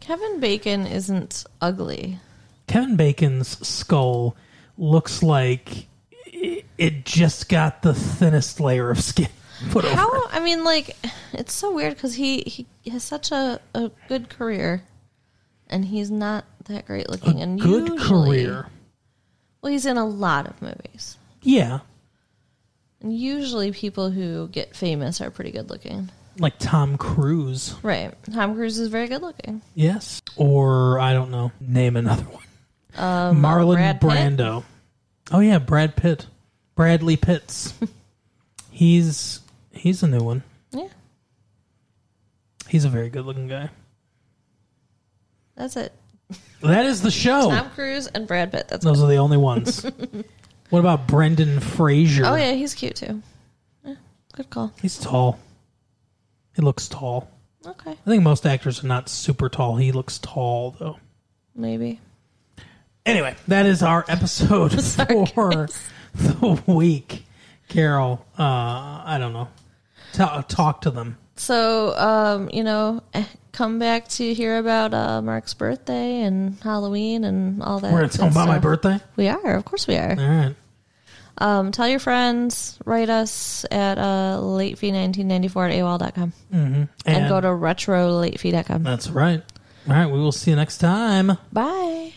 Kevin Bacon isn't ugly. Kevin Bacon's skull looks like it, it just got the thinnest layer of skin put over. it. How I mean, like, it's so weird because he he has such a a good career, and he's not that great looking. and Good usually- career. Well, he's in a lot of movies. Yeah, And usually people who get famous are pretty good looking. like Tom Cruise. Right. Tom Cruise is very good looking. Yes, or I don't know. Name another one. Marlon Um, Brad Pitt? Brando. Oh yeah, Brad Pitt. Bradley Pitts. he's he's a new one. Yeah. He's a very good looking guy. That's it. That is the show. Tom Cruise and Brad Pitt. That's Those are the only ones. what about Brendan Fraser? Oh yeah, he's cute too. Yeah. Good call. He's tall. He looks tall. Okay. I think most actors are not super tall. He looks tall though. Maybe. Anyway, that is our episode Sorry, for the week. Carol, uh, I don't know. Ta- talk to them. So, um, you know, eh, come back to hear about uh, Mark's birthday and Halloween and all that. We're going to tell good them about my stuff. birthday. We are, of course, we are. All right. Um, tell your friends. Write us at uh, latefee1994 at AOL.com. And, and go to retrolatefee.com. That's right. All right. We will see you next time. Bye.